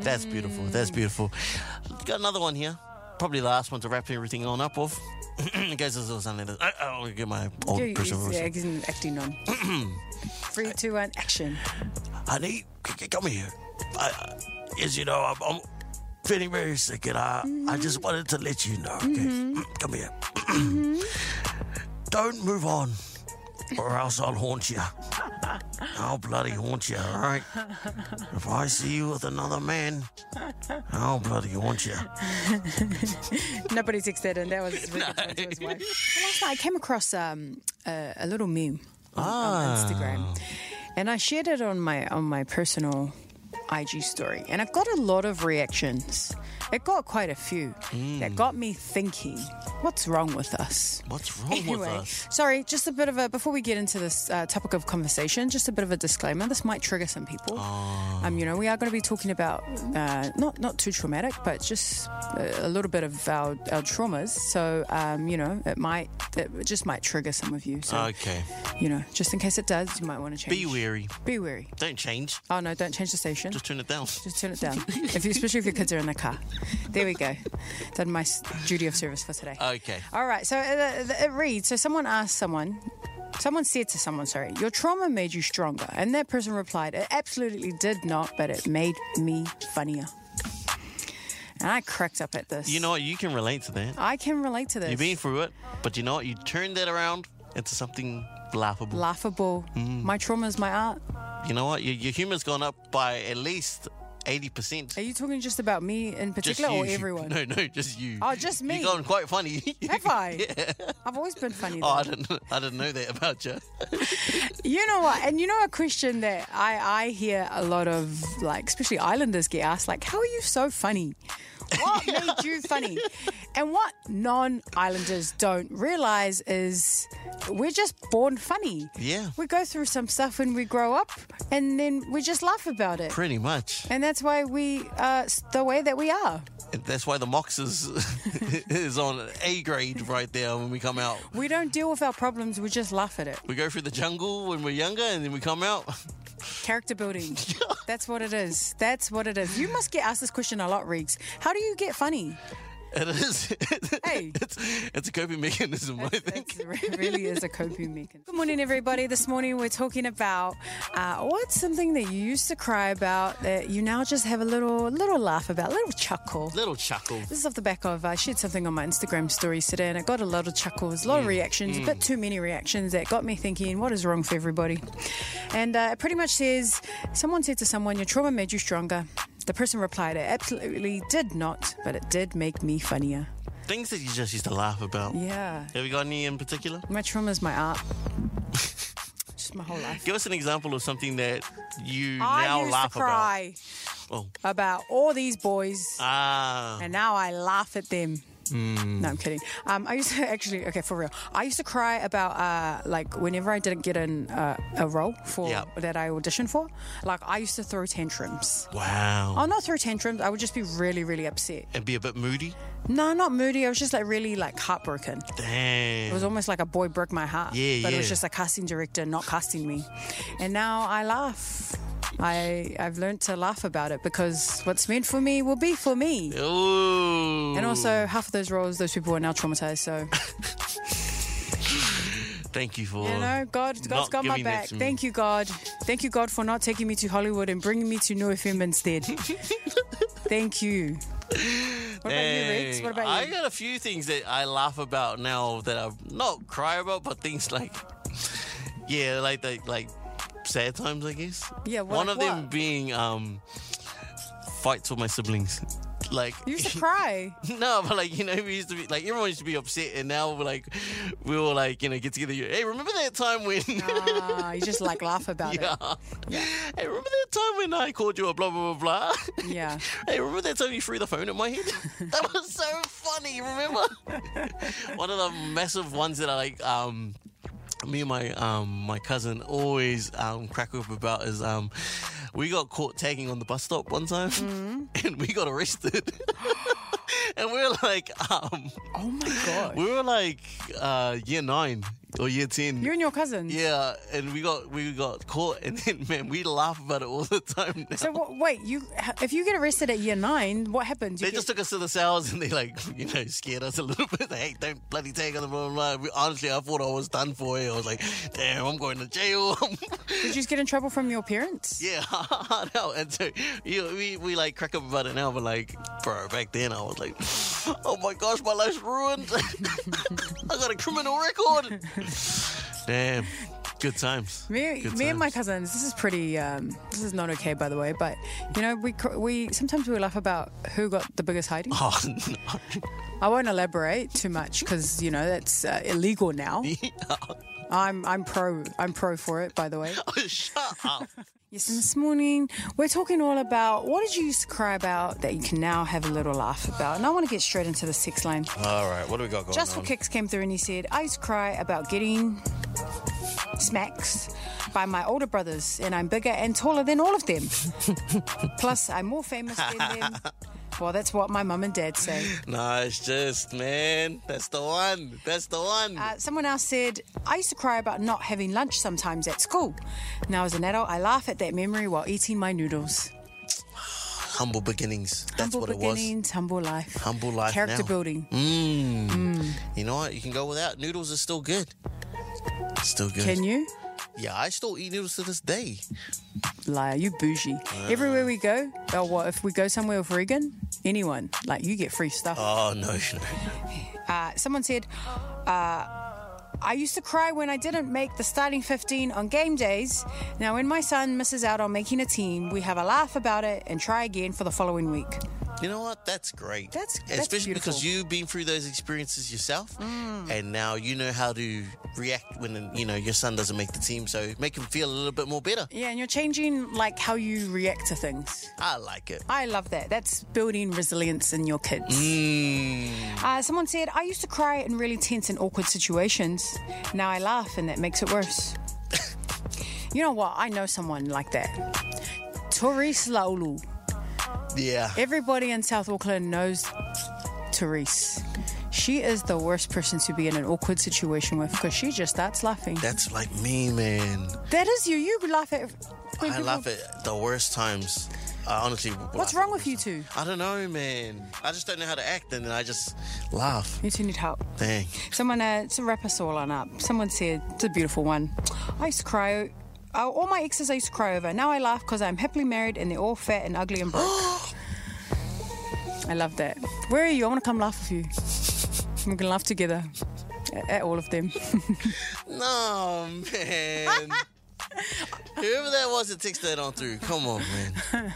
S2: That's beautiful. That's beautiful. Got another one here. Probably the last one to wrap everything on up with. *clears throat* In case this was something that I, I'll get my old
S3: Yeah,
S2: person
S3: he's,
S2: voice.
S3: yeah, he's in acting on. Three, two, one, action.
S2: honey, c- c- come here. I, I- as you know, I'm, I'm feeling very sick, and I, I
S3: Mm-hmm.
S2: just wanted to let you know. Okay, Mm, come here.
S3: Mm-hmm.
S2: Don't move on, or else I'll haunt you. I'll bloody haunt you, all right? If I see you with another man, I'll bloody haunt you.
S3: Nobody takes that in. That was really good to his wife. Well, Last night I came across um, a, a little meme on, *laughs*
S2: Ah.
S3: on Instagram, and I shared it on my on my personal IG story, and I got a lot of reactions. It got quite a few that got me thinking, what's wrong with us?
S2: Hmm. Ah, What's wrong with
S3: Anyway,
S2: us?
S3: sorry, just a bit of a, before we get into this uh, topic of conversation, just a bit of a disclaimer. This might trigger some people.
S2: Ah.
S3: Um, you know, we are going to be talking about uh, not, not too traumatic, but just uh, a, a little bit of our, our traumas. So, um, you know, it might, it just might trigger some of you. So,
S2: Okay,
S3: you know, just in case it does, you might want to change.
S2: be wary.
S3: Be wary.
S2: Don't change.
S3: Oh, no, don't change the station.
S2: Just turn it down.
S3: Just turn
S2: *laughs*
S3: it down, if you, especially if your kids are in the car. There we go. Done my s- duty of service for today.
S2: Okay.
S3: All right. So it, it reads. So someone asked someone. Someone said to someone, sorry, your trauma made you stronger. And that person replied, it absolutely did not, but it made me funnier. And I cracked up at this.
S2: You know what? You can relate to that.
S3: I can relate to this.
S2: You've been through it, but you know what? You turned that around into something laughable.
S3: laughable.
S2: Mm.
S3: My trauma is my art.
S2: you know what? Your, your humor's gone up by at least 80%.
S3: Are you talking just about me
S2: Just
S3: in particular
S2: *laughs*
S3: or
S2: you.
S3: everyone?
S2: No, no, just you.
S3: Oh, just me.
S2: You've gone quite funny. *laughs*
S3: Have I? I've always been funny.
S2: oh,
S3: though.
S2: I didn't, I didn't know that about you.
S3: You know what? And you know a question that I I hear a lot of like, especially Islanders get asked, like, "How are you so funny?" What made you funny? And what non islanders don't realize is we're just born funny.
S2: Yeah.
S3: We go through some stuff when we grow up and then we just laugh about it.
S2: Pretty much.
S3: And that's why we are s- the way that we are.
S2: That's why the Mox is, *laughs* is on A grade right there when we come out.
S3: We don't deal with our problems, we just laugh at it.
S2: We go through the jungle when we're younger and then we come out. *laughs*
S3: Character building. That's what it is. That's what it is. You must get asked this question a lot, Riggs. How do you get funny?
S2: It is.
S3: Hey.
S2: *laughs* It's, it's a coping mechanism, I think.
S3: It really is a coping mechanism. Good morning, everybody. This morning we're talking about uh, what's something that you used to cry about that you now just have a little little laugh about, a little chuckle.
S2: Little chuckle.
S3: This is off the back of I shared something on my Instagram stories today, and I got a lot of chuckles, a lot of
S2: Mm,
S3: reactions, a bit too many reactions that got me thinking, what is wrong with everybody? And uh, it pretty much says, someone said to someone, your trauma made you stronger. The person replied, it absolutely did not, but it did make me funnier.
S2: Things that you just used to laugh about.
S3: Yeah.
S2: Have you got any in particular?
S3: My trauma is my
S2: *laughs*
S3: art. Just my whole life.
S2: Give us an example of something that you
S3: I
S2: now
S3: used
S2: laugh
S3: to cry
S2: about. Oh.
S3: about all these boys,
S2: Ah.
S3: and now I laugh at them. No, I'm kidding. Um, I used to *laughs* actually, okay, for real. I used to cry about uh, like whenever I didn't get in uh, a role for
S2: Yeah.
S3: that I auditioned for. Like I used to throw tantrums.
S2: Wow.
S3: Oh, not throw tantrums. I would just be really, really upset.
S2: and be a bit moody.
S3: No, not moody. I was just like really like heartbroken.
S2: Damn.
S3: It was almost like a boy broke my heart.
S2: Yeah,
S3: but it was
S2: yeah.
S3: just a casting director not casting me. And now I laugh. I I've learned to laugh about it because what's meant for me will be for me.
S2: Ooh.
S3: And also half of those roles those people are now
S2: *laughs*
S3: traumatized, so
S2: Thank you for.
S3: you know, God God's
S2: not
S3: got my
S2: giving that
S3: back.
S2: to me.
S3: Thank you, God. Thank you, God, for not taking me to Hollywood and bringing me to New
S2: *laughs*
S3: FM instead. Thank you. What about you, Riggs?
S2: Dang.
S3: What about
S2: I
S3: you?
S2: got a few things that I laugh about now that I not cry about, but things like, *laughs* yeah, like like like sad times, I guess.
S3: Yeah, what-
S2: One of them
S3: what?
S2: being um fights with my siblings. Like *laughs*
S3: You used to cry.
S2: no, but like you know, we used to be like everyone used to be upset, and now we're like we will like you know get together. Hey, remember that time when? *laughs*
S3: Ah, you just like laugh about
S2: yeah. Hey, remember that time when I called you a blah blah blah blah? *laughs*
S3: it. Yeah.
S2: Hey, remember that time you threw the phone at my head? that was so funny, remember? *laughs* One of the massive ones that I like um me and my um my cousin always um crack up about is um we got caught tagging on the bus stop one time *laughs* and we got arrested. *laughs* and we were like um
S3: Oh my god.
S2: we were like uh year 9 or year 10.
S3: You and your cousins.
S2: yeah, and we got we got caught, and then man, we laugh about it all the time. Now.
S3: So what, wait, you if you get arrested at year nine, what happens? You
S2: They
S3: get-
S2: just took us to the cells and they like, you know, scared us a little *laughs* bit. Like, hey, don't bloody take us, blah, blah, blah. We- honestly, I thought I was done for it. I was like, damn, I'm going to jail. *laughs*
S3: did you just get in trouble from your parents?
S2: yeah, *laughs* I know. And so you know, we, we like crack up about it now, but like, bro, back then I was like, oh my gosh, my life's ruined. *laughs* I got a criminal record. damn, good times.
S3: Me,
S2: Good
S3: me and my
S2: times.
S3: cousins. This is pretty. Um, this is not okay, by the way. But you know, we cr- we sometimes we laugh about who got the
S2: *laughs*
S3: biggest hiding.
S2: Oh, no.
S3: I won't elaborate too much because you know that's uh,
S2: *laughs*
S3: illegal now. I'm I'm pro I'm pro for it, by the way.
S2: *laughs* Shut up.
S3: Yes, and this morning we're talking all about what did you used to cry about that you can now have a little laugh about. And I want to get straight into the six line.
S2: All right, what do we got going
S3: Just
S2: on?
S3: for Kicks came through and he said, I used to cry about getting smacks by my older brothers, and I'm bigger and taller than all of
S2: *laughs*
S3: them. Plus, I'm more famous than them. Well, that's what my mum and dad say.
S2: No, it's just, man. That's the one. That's the one.
S3: Uh, someone else said, I used to cry about not having lunch sometimes at school. Now, as an adult, I laugh at that memory while eating my noodles.
S2: humble beginnings. That's
S3: humble
S2: what it was.
S3: beginnings, humble life.
S2: Humble life
S3: Character
S2: now.
S3: building.
S2: Mm. You know what? You can go without. Noodles are still good. Still good.
S3: Can you?
S2: Yeah, I still eat noodles to this day.
S3: Liar, you bougie.
S2: Ah.
S3: Everywhere we go, oh, what if we go somewhere with Regan? Anyone, like you get free stuff.
S2: Oh no.
S3: Uh, someone said, uh, I used to cry when I didn't make the starting 15 on game days. Now, when my son misses out on making a team, we have a laugh about it and try again for the following week.
S2: You know what? That's great.
S3: That's- that's
S2: especially because
S3: beautiful. Mm.
S2: you've been through those experiences yourself, and now you know how to react when you know your son doesn't make the team. So make him feel a little bit more better.
S3: Yeah, and you're changing like how you react to things.
S2: I like it.
S3: I love that. That's building resilience in your kids.
S2: Mm.
S3: Uh, someone said, I used to cry in really tense and awkward situations. Now I laugh, and that makes it worse. you know what? I know someone like that. Therese Laulu.
S2: Yeah.
S3: Everybody in South Auckland knows Therese. She is the worst person to be in an awkward situation with because she just starts laughing.
S2: That's like me, man.
S3: that is you. You laugh at. when
S2: I
S3: people-
S2: love it. The worst times. I honestly.
S3: What's wrong with you two?
S2: I don't know, man. I just don't know how to act, and then I just laugh.
S3: You two need help.
S2: Dang.
S3: Someone uh, to wrap us all on up. Someone said, it's a beautiful one. I used to cry. Oh, all my exes I used to cry over. Now I laugh because I'm happily married and they're all fat and ugly and broke. I love that. Where are you? I want to come laugh with you. We can laugh together at, at all of them. *laughs*
S2: No, man. Whoever that was that texted that on through, come on, man.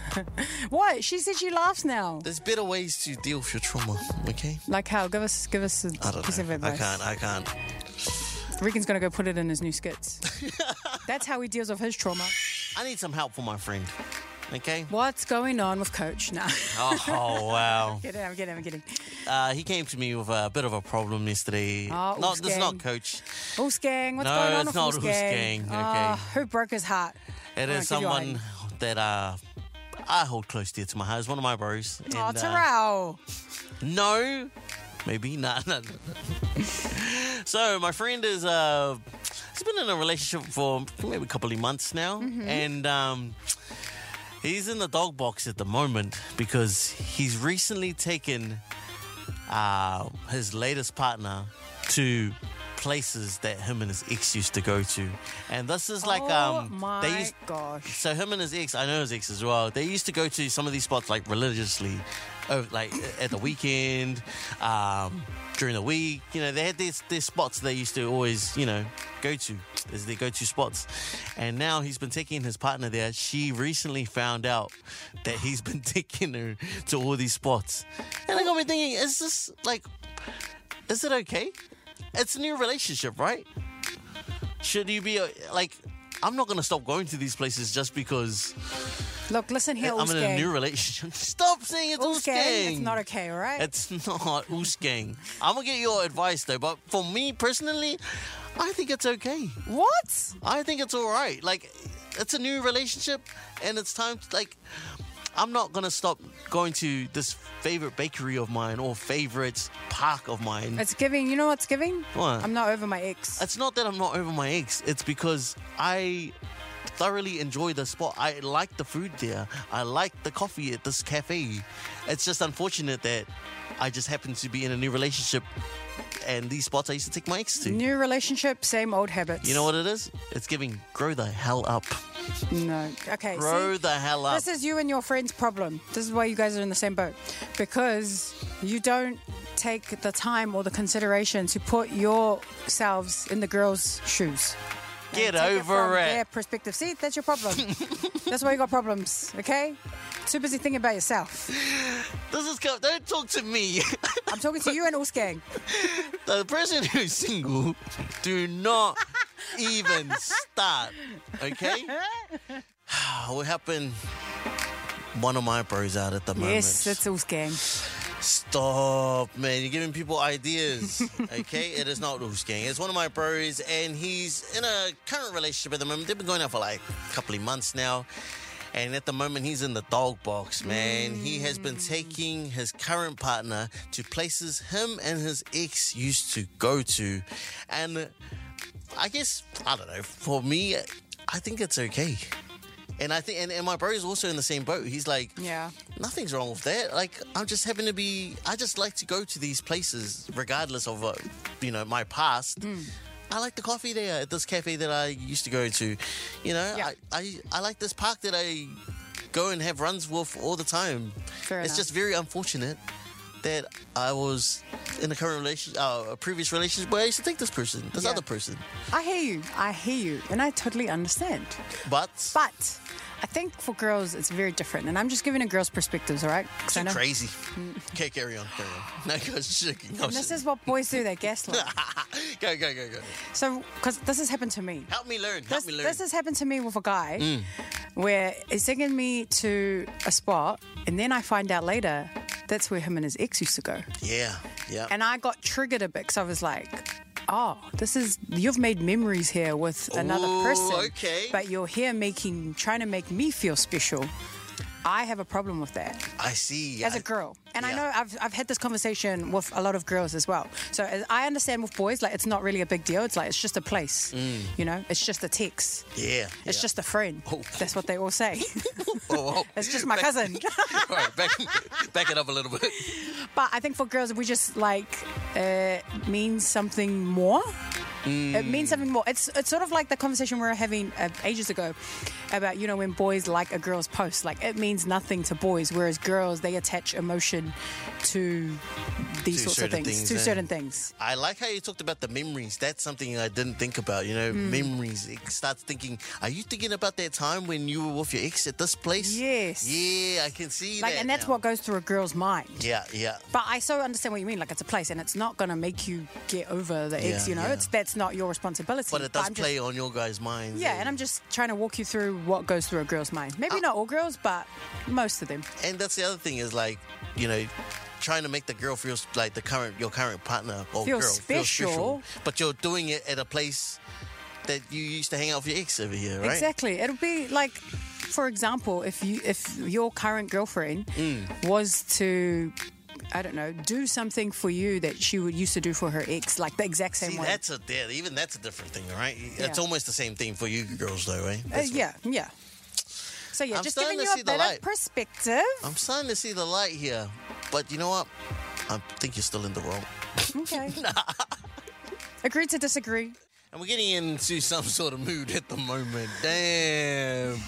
S3: what? She said she laughs now.
S2: There's better ways to deal with your trauma, okay?
S3: Like how? Give us, give us a
S2: I don't
S3: piece of
S2: know. I
S3: advice.
S2: can't. I can't.
S3: Regan's gonna go put it in his
S2: *laughs*
S3: new skits. That's how he deals with his trauma.
S2: I need some help from my friend, okay?
S3: What's going on with Coach now?
S2: Oh, wow.
S3: *laughs* Get it? I'm kidding. I'm kidding.
S2: Uh, he came to me with a bit of a problem yesterday.
S3: Oh,
S2: not, this is not
S3: Wolfgang.
S2: coach.
S3: Wolf's gang. What's
S2: No,
S3: going on
S2: it's
S3: with
S2: not
S3: Wolf's gang?
S2: Wolfgang, okay.
S3: Oh, who broke his heart?
S2: It
S3: Alright,
S2: is
S3: give you a
S2: someone that uh, I hold close dear to my heart. It's one of my bros. And,
S3: Oh,
S2: uh,
S3: Terrell.
S2: No, maybe *laughs* not. Nah, nah, nah. so my friend is uh, he's been in a relationship for maybe a couple of months now,
S3: Mm-hmm.
S2: and um, he's in the dog box at the moment because he's recently taken uh, his latest partner to places that him and his ex used to go to, and this is like
S3: oh
S2: um,
S3: my
S2: they used
S3: gosh.
S2: so him and his ex, I know his ex as well. They used to go to some of these spots like religiously, oh, like at the weekend, um, during the week. You know, they had these these spots they used to always, you know, go to as their go to spots. And now he's been taking his partner there. She recently found out that he's been *laughs* taking her to all these spots, and I got me thinking: Is this like, is it okay? It's a new relationship, right? should you be uh, like I'm not gonna stop going to these places just because
S3: Look, listen here,
S2: I'm
S3: Wolf's
S2: in a
S3: gang.
S2: new relationship. *laughs* Stop saying it's
S3: Wolf's gang. It's
S2: Wolfgang.
S3: not okay, all right?
S2: It's not Wolfgang. I'm gonna get your advice though, but for me personally, I think it's okay.
S3: what?
S2: I think it's all right. Like it's a new relationship, and it's time. To, like I'm not gonna stop going to this favorite bakery of mine or favorite park of mine.
S3: It's giving. You know what's giving?
S2: What?
S3: I'm not over my ex.
S2: It's not that I'm not over my ex. It's because I thoroughly enjoy the spot. I like the food there. I like the coffee at this cafe. It's just unfortunate that I just happen to be in a new relationship and these spots I used to take my ex to.
S3: New relationship, same old habits.
S2: You know what it is? It's giving grow the hell up.
S3: No. Okay.
S2: Grow
S3: see?
S2: the hell up.
S3: This is you and your friend's problem. This is why you guys are in the same boat. Because you don't take the time or the consideration to put yourselves in the girl's shoes. And
S2: Get
S3: take
S2: over
S3: from
S2: it.
S3: Their perspective. See, that's
S2: *laughs*
S3: your problem. that's why you got problems, okay? Too busy thinking about yourself.
S2: This is co- don't talk to me. *laughs*
S3: I'm talking to you and Ul's gang.
S2: the person who's single, do not even start. Okay? *sighs* We're helping one of my bros out at the moment.
S3: Yes, that's Ul's gang.
S2: Stop, man. You're giving people ideas. Okay? it is not Wolf's gang. It's one of my bros, and he's in a current relationship at the moment. They've been going out for like a couple of months now. And at the moment, he's in the dog box, man. He has been taking his current partner to places him and his ex used to go to. And I guess, I don't know, for me, I think it's okay. And I think, and, and my bro is also in the same boat. He's like,
S3: Yeah.
S2: nothing's wrong with that. Like, I'm just having to be, I just like to go to these places, regardless of, uh, you know, my past.
S3: Hmm.
S2: I like the coffee there at this cafe that I used to go to. You know,
S3: Yeah.
S2: I, I, I like this park that I go and have runs with all the time.
S3: Fair
S2: it's
S3: enough.
S2: just very unfortunate that I was in a current relationship, uh, a previous relationship, where I used to think this person, this
S3: Yeah.
S2: other person.
S3: I hear you. I hear you. And I totally understand.
S2: But,
S3: But I think for girls, it's very different. And I'm just giving a girl's perspectives, all right? 'Cause I
S2: too
S3: know-
S2: crazy. Okay, carry on, carry on. *laughs* No, go, shaking. No,
S3: And this
S2: shit.
S3: is what boys do, they gaslight.
S2: go, go, go, go.
S3: so, because this has happened to me.
S2: Help me learn. Help
S3: This,
S2: me learn. Mm.
S3: this has happened to me with a guy where he's taken me to a spot, and then I find out later that's where him and his ex used to go.
S2: yeah, yeah.
S3: And I got triggered a bit because I was like, oh, this is, you've made memories here with another
S2: Ooh,
S3: person.
S2: okay.
S3: But you're here making, trying to make me feel special. I have a problem with that
S2: I see.
S3: as
S2: I-
S3: a girl. And I
S2: yeah.
S3: know I've, I've had this conversation with a lot of girls as well. So as I understand with boys, like it's not really a big deal. It's like, it's just a place, you know, it's just a text.
S2: Yeah.
S3: It's
S2: Mm. yeah.
S3: just a friend.
S2: Oh.
S3: That's what they
S2: *laughs*
S3: all say.
S2: Oh, oh.
S3: *laughs* it's just my
S2: Back-
S3: cousin.
S2: *laughs* All right, back, back it up a little bit.
S3: But I think for girls, we just like uh, means something more. It
S2: Mm.
S3: means something more. It's it's sort of like the conversation we were having uh, ages ago about you know when boys like a girl's post, like it means nothing to boys, whereas girls they attach emotion to these
S2: To
S3: sorts of
S2: certain
S3: things,
S2: things,
S3: to
S2: eh?
S3: certain things.
S2: I like how you talked about the memories. That's something I didn't think about. You know,
S3: Mm.
S2: memories. It starts thinking. Are you thinking about that time when you were with your ex at this place?
S3: Yes.
S2: Yeah, I can see
S3: Like,
S2: that.
S3: and that's
S2: now.
S3: what goes through a girl's mind.
S2: Yeah, yeah.
S3: But I so understand what you mean. Like it's a place, and it's not going to make you get over the ex.
S2: Yeah,
S3: You know,
S2: yeah.
S3: it's that's not your responsibility.
S2: But it does
S3: I'm just-
S2: play on your guys' minds.
S3: Yeah, and I'm just trying to walk you through what goes through a girl's mind.
S2: Uh,
S3: Maybe not all girls, but most of them.
S2: and that's the other thing is like, you know, trying to make the girl feel s- like the current your current partner or
S3: Feel
S2: girl feels
S3: special.
S2: special. But you're doing it at a place that you used to hang out with your ex over here, right?
S3: Exactly. It'll be like, for example, if you if your current girlfriend
S2: Mm.
S3: was to. I don't know. Do something for you that she would used to do for her ex, like the exact same
S2: See,
S3: way.
S2: that's a yeah, even that's a different thing, all right? It's
S3: Yeah.
S2: almost the same thing for you girls, though, eh? right?
S3: Uh, yeah, yeah. So yeah,
S2: I'm
S3: just
S2: starting
S3: giving
S2: to
S3: you
S2: see
S3: a
S2: the
S3: bit
S2: light.
S3: of perspective.
S2: I'm starting to see the light here, but you know what? I think you're still in the wrong. *laughs*
S3: Okay. Agree to disagree.
S2: And we're getting into *laughs* some sort of mood at the moment. Damn.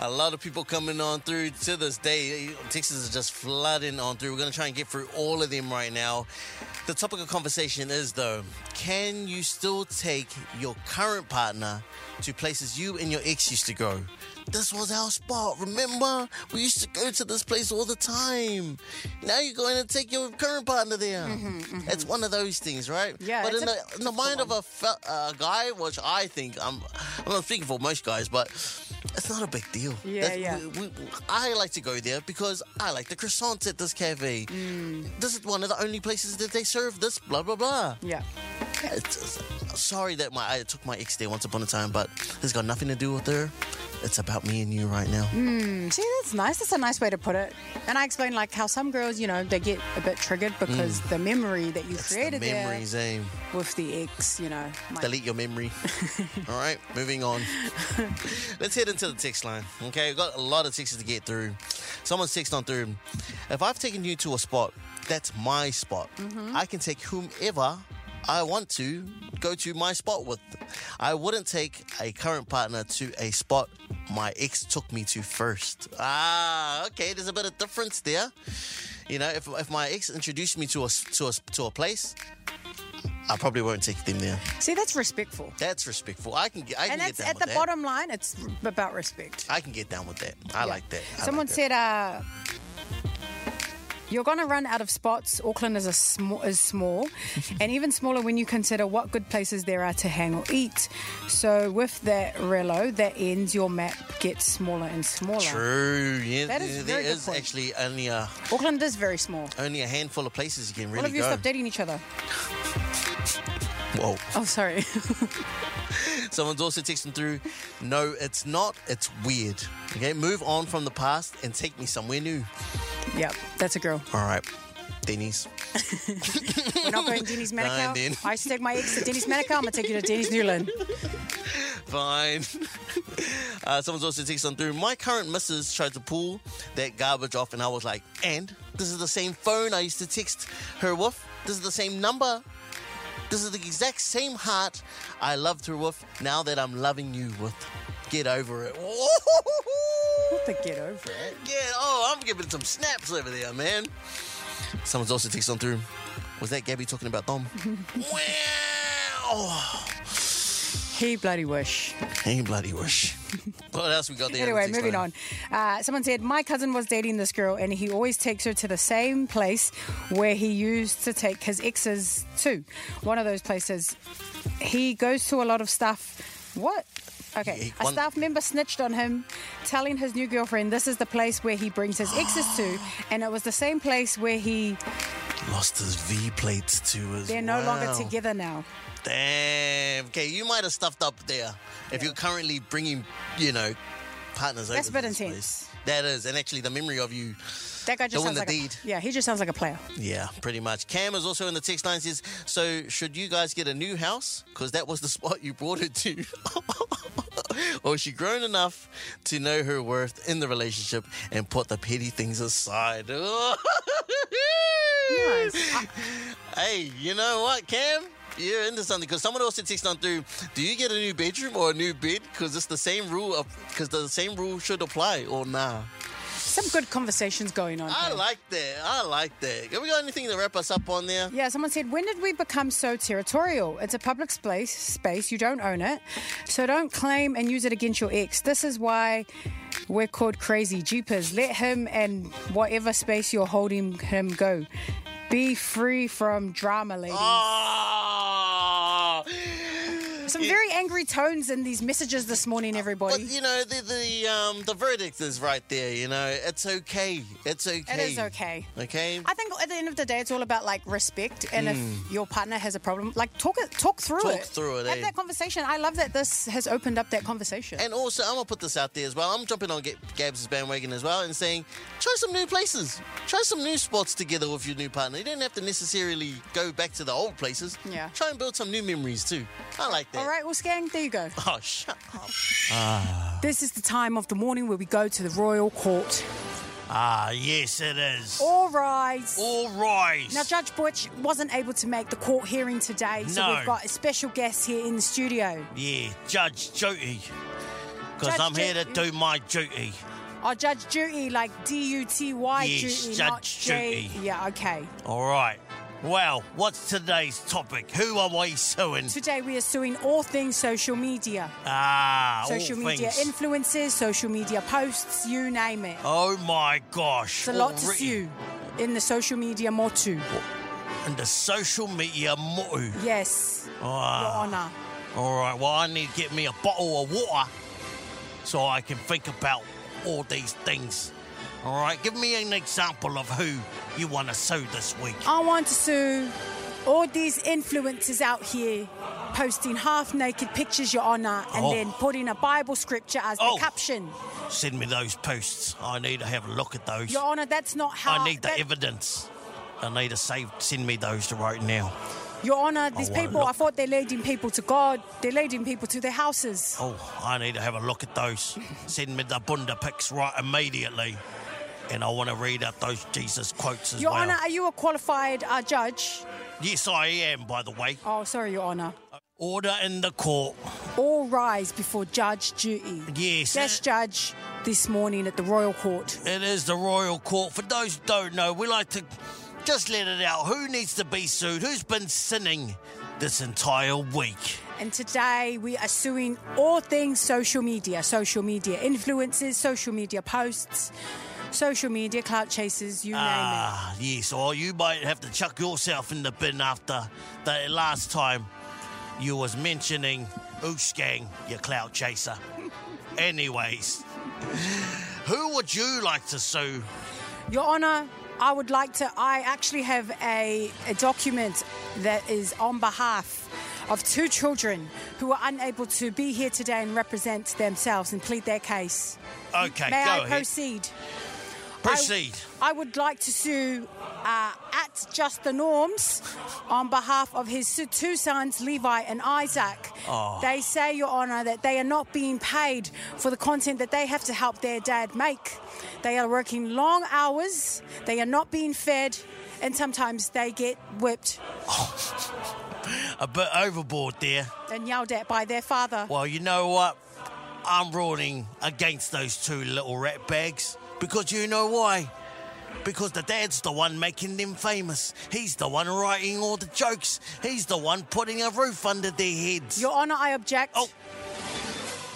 S2: A lot of people coming on through to this day. Texas is just flooding on through. We're going to try and get through all of them right now. The topic of conversation is, though, can you still take your current partner to places you and your ex used to go? This was our spot. Remember, we used to go to this place all the time. Now you're going to take your current partner there. It's one of those things, right?
S3: Mm-hmm, Yeah,
S2: But
S3: it's
S2: in
S3: a-
S2: the, in the mind of a fe- uh, guy, which I think I'm, I'm not speaking for most guys, but it's not a big deal.
S3: Yeah, yeah.
S2: we- we- I like to go there because I like the croissants at this cafe.
S3: Mm.
S2: This is one of the only places that they serve this. Blah blah blah.
S3: Yeah.
S2: It's just- sorry that my I took my ex there once upon a time, but it's got nothing to do with her. It's about me and you right now.
S3: See, that's nice. That's a nice way to put it. And I explained like how some girls, you know, they get a bit triggered because the memory that you
S2: Mm. It's the
S3: created there
S2: memories, eh?
S3: with the ex, you know, might-
S2: Delete your memory. All right, moving on. Let's head into the text line. Okay, we've got a lot of texts to get through. Someone's texting on through. If I've taken you to a spot, that's my spot. I can take whomever I want to go to my spot with. I wouldn't take a current partner to a spot my ex took me to first. Ah, okay, there's a bit of difference there. You know, if, if my ex introduced me to a, s- to a, s- to a place, I probably won't take them there.
S3: See, that's respectful.
S2: That's respectful. I can get. I can
S3: And
S2: get
S3: that's
S2: down
S3: at
S2: with
S3: the
S2: that.
S3: bottom line, it's r- about respect.
S2: I can get down with that. I like that. I
S3: Someone
S2: like that.
S3: said, uh, you're going to run out of spots. Auckland is a small,
S2: *laughs*
S3: is small, and even smaller when you consider what good places there are to hang or eat. So with that relo, that ends your map gets smaller and smaller.
S2: True. Yeah,
S3: That is
S2: yeah,
S3: a
S2: there
S3: very good
S2: is
S3: point.
S2: actually only a
S3: Auckland is very small.
S2: only a handful of places you can
S3: All
S2: really
S3: of you
S2: go.
S3: stop dating each other.
S2: Whoa!
S3: Oh, sorry.
S2: Someone's also texting through. No, it's not. It's weird. Okay, move on from the past and take me somewhere new.
S3: *laughs* Yep, that's a girl.
S2: All right, Denny's.
S3: *laughs* We're not going to Denny's Manukau.
S2: Fine, then.
S3: I used to take my ex to Denny's Manukau. I'm going to
S2: *laughs*
S3: take you to Denny's Newland.
S2: Fine. *laughs* uh, someone's also texting through. My current missus tried to pull that garbage off, and I was like, and this is the same phone I used to text her with. This is the same number. This is the exact same heart I loved her with now that I'm loving you with. Get over it. *laughs*
S3: What the get over it.
S2: Yeah, oh, I'm giving some snaps over there, man. Someone's also texting through. Was that Gabby talking about Dom? wow.
S3: He bloody wish.
S2: Ain't bloody
S3: *laughs*
S2: wish. what else we got there? in the
S3: Anyway,
S2: text
S3: moving
S2: line?
S3: on. Uh, someone said, My cousin was dating this girl and he always takes her to the same place where he used to take his exes to. One of those places. He goes to a lot of stuff. What?
S2: Yeah,
S3: Okay.
S2: he-
S3: A
S2: one-
S3: staff member snitched on him, telling his new girlfriend this is the place where he brings his exes to. And it was the same place where he.
S2: Lost his V plates to his.
S3: They're no
S2: wow.
S3: longer together now.
S2: Damn. Okay, you might have stuffed up there if you're currently bringing, you know, partners
S3: That's
S2: over.
S3: a
S2: to
S3: bit
S2: this
S3: intense.
S2: place. That is, and actually, the memory of you.
S3: That guy just
S2: Doing
S3: sounds
S2: the
S3: like
S2: deed.
S3: a. Yeah, he just sounds like a player.
S2: Yeah, pretty much. Cam is also in the text line says, so should you guys get a new house? Because that was the *laughs* spot you brought her to. *laughs* or is she grown enough to know her worth in the relationship and put the petty things aside? *laughs* Hey, you know what, Cam? You're into something because someone also texted on through. Do you get a new bedroom or a new bed? Because it's the same rule of because the same rule should apply or nah.
S3: Some good conversations going on.
S2: I
S3: here.
S2: like that. I like that. Have we got anything to wrap us up on there?
S3: Yeah, someone said, when did we become so territorial? It's a public space. Space, you don't own it, so don't claim and use it against your ex. This is why we're called crazy jeepers. Let him and whatever space you're holding him go. Be free from drama, lady.
S2: Oh, Ah!
S3: Some
S2: Yeah.
S3: very angry tones in these messages this morning, everybody.
S2: But you know the the um the verdict is right there. You know it's okay. It's okay.
S3: It is okay.
S2: Okay.
S3: I think at the end of the day, it's all about like respect, and if your partner has a problem, like talk it, talk through
S2: Mm. Talk
S3: it,
S2: through it,
S3: have
S2: eh?
S3: that conversation. I love that this has opened up that conversation.
S2: And also, I'm gonna put this out there as well. I'm jumping on Ga- Gabs' bandwagon as well and saying, try some new places, try some new spots together with your new partner. You don't have to necessarily go back to the old places.
S3: Yeah.
S2: Try and build some new memories too. I like that.
S3: all right, well, Skang, there
S2: *laughs*
S3: you go.
S2: Oh, shut up.
S3: This is the time of the morning where we go to the royal court.
S2: Ah, yes, it is.
S3: All rise.
S2: All right.
S3: Oh. Now, Judge Butch wasn't able to make the court hearing today, so
S2: No.
S3: we've got a special guest here in the studio.
S2: yeah, Judge Duty.
S3: Judge I'm here to Duty.
S2: do my duty.
S3: Our Judge Duty, like D U T Y
S2: Yes,
S3: Duty,
S2: Judge
S3: not J.
S2: Duty.
S3: Yeah, okay.
S2: All right. Well, what's today's topic? Who are we suing?
S3: Today we are suing all things social media.
S2: Ah,
S3: social media influences, social media posts, you name it.
S2: Oh my gosh.
S3: It's a lot to sue in the social media motu.
S2: And the social media motu.
S3: Yes, Your
S2: Ah,
S3: Honour.
S2: all right. Well, I need to get me a bottle of water so I can think about all these things. All right. Give me an example of who you want to sue this week.
S3: I want to sue all these influencers out here posting half naked pictures, Your Honour, and
S2: Oh.
S3: then putting a Bible scripture as
S2: Oh.
S3: the caption.
S2: Send me those posts. I need to have a look at those.
S3: Your Honour, that's not how.
S2: I need the
S3: that-
S2: evidence. I need to save. Send me those right now.
S3: Your Honour, these
S2: wanna
S3: people, I
S2: look.
S3: thought they're leading people to God, they're leading people to their houses.
S2: Oh, I need to have a look at those. Send me the Bunda pics right immediately. And I want to read out those Jesus quotes as
S3: Your
S2: well.
S3: Honour, are you a qualified uh, judge?
S2: Yes, I am, by the way.
S3: Oh, sorry, Your Honour.
S2: Order in the court.
S3: All rise before Judge Duty.
S2: Yes.
S3: Yes, Judge, this morning at the Royal Court.
S2: It is the royal court. For those who don't know, we like to just let it out. Who needs to be sued? Who's been sinning this entire week?
S3: And today we are suing all things social media, social media influences, social media posts, social media clout chasers, you name
S2: Ah, yes, or you might have to chuck yourself in the bin after the last time you was mentioning Oosgang, your clout
S3: *laughs*
S2: chaser. Anyways, who would you like to sue?
S3: it. Your Honour, I would like to, I actually have a, a document that is on behalf of two children who are unable to be here today and represent themselves and plead their case.
S2: Okay,
S3: May
S2: go
S3: I
S2: ahead.
S3: proceed?
S2: Proceed.
S3: I would like to sue uh, at Just the Norms on behalf of his two sons, Levi and Isaac.
S2: Oh.
S3: They say, Your Honour, that they are not being paid for the content that they have to help their dad make. They are working long hours, they are not being fed, and sometimes they get whipped
S2: A bit overboard there.
S3: and yelled at by their father.
S2: Well, you know what? I'm ruling against those two little rat bags because you know why? Because the dad's the one making them famous. He's the one writing all the jokes. He's the one putting a roof under their heads.
S3: Your Honour, I object.
S2: Oh.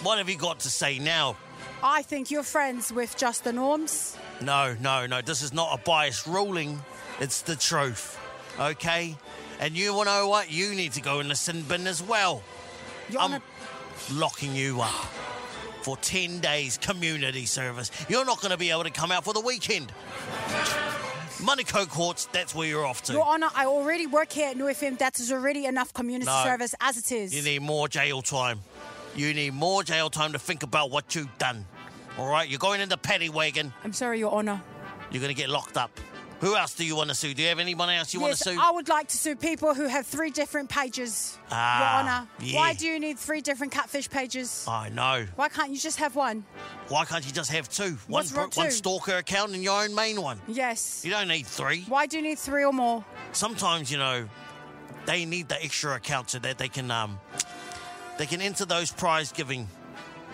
S2: what have you got to say now?
S3: I think you're friends with just the norms.
S2: No, no, no. This is not a biased ruling. It's the truth. Okay? And you want to know what? You need to go in the sin bin as well.
S3: Your
S2: I'm
S3: Honour,
S2: locking you up for 10 days community service. You're not going to be able to come out for the weekend. Monaco courts, that's where you're off to.
S3: Your Honour, I already work here at New FM. That is already enough community
S2: No.
S3: service as it is.
S2: You need more jail time. You need more jail time to think about what you've done. All right, you're going in the paddy wagon.
S3: I'm sorry, Your Honour.
S2: You're going to get locked up. Who else do you want to sue? Do you have anyone else you want
S3: yes,
S2: to sue?
S3: I would like to sue people who have three different pages,
S2: Ah,
S3: Your Honour.
S2: yeah.
S3: Why do you need three different catfish pages?
S2: I know.
S3: Why can't you just have one?
S2: Why can't you just have two? One,
S3: What's
S2: bro-
S3: wrong
S2: one
S3: two?
S2: stalker account and your own main one.
S3: Yes.
S2: You don't need three.
S3: Why do you need three or more?
S2: sometimes you know they need the extra account so that they can um they can enter those prize giving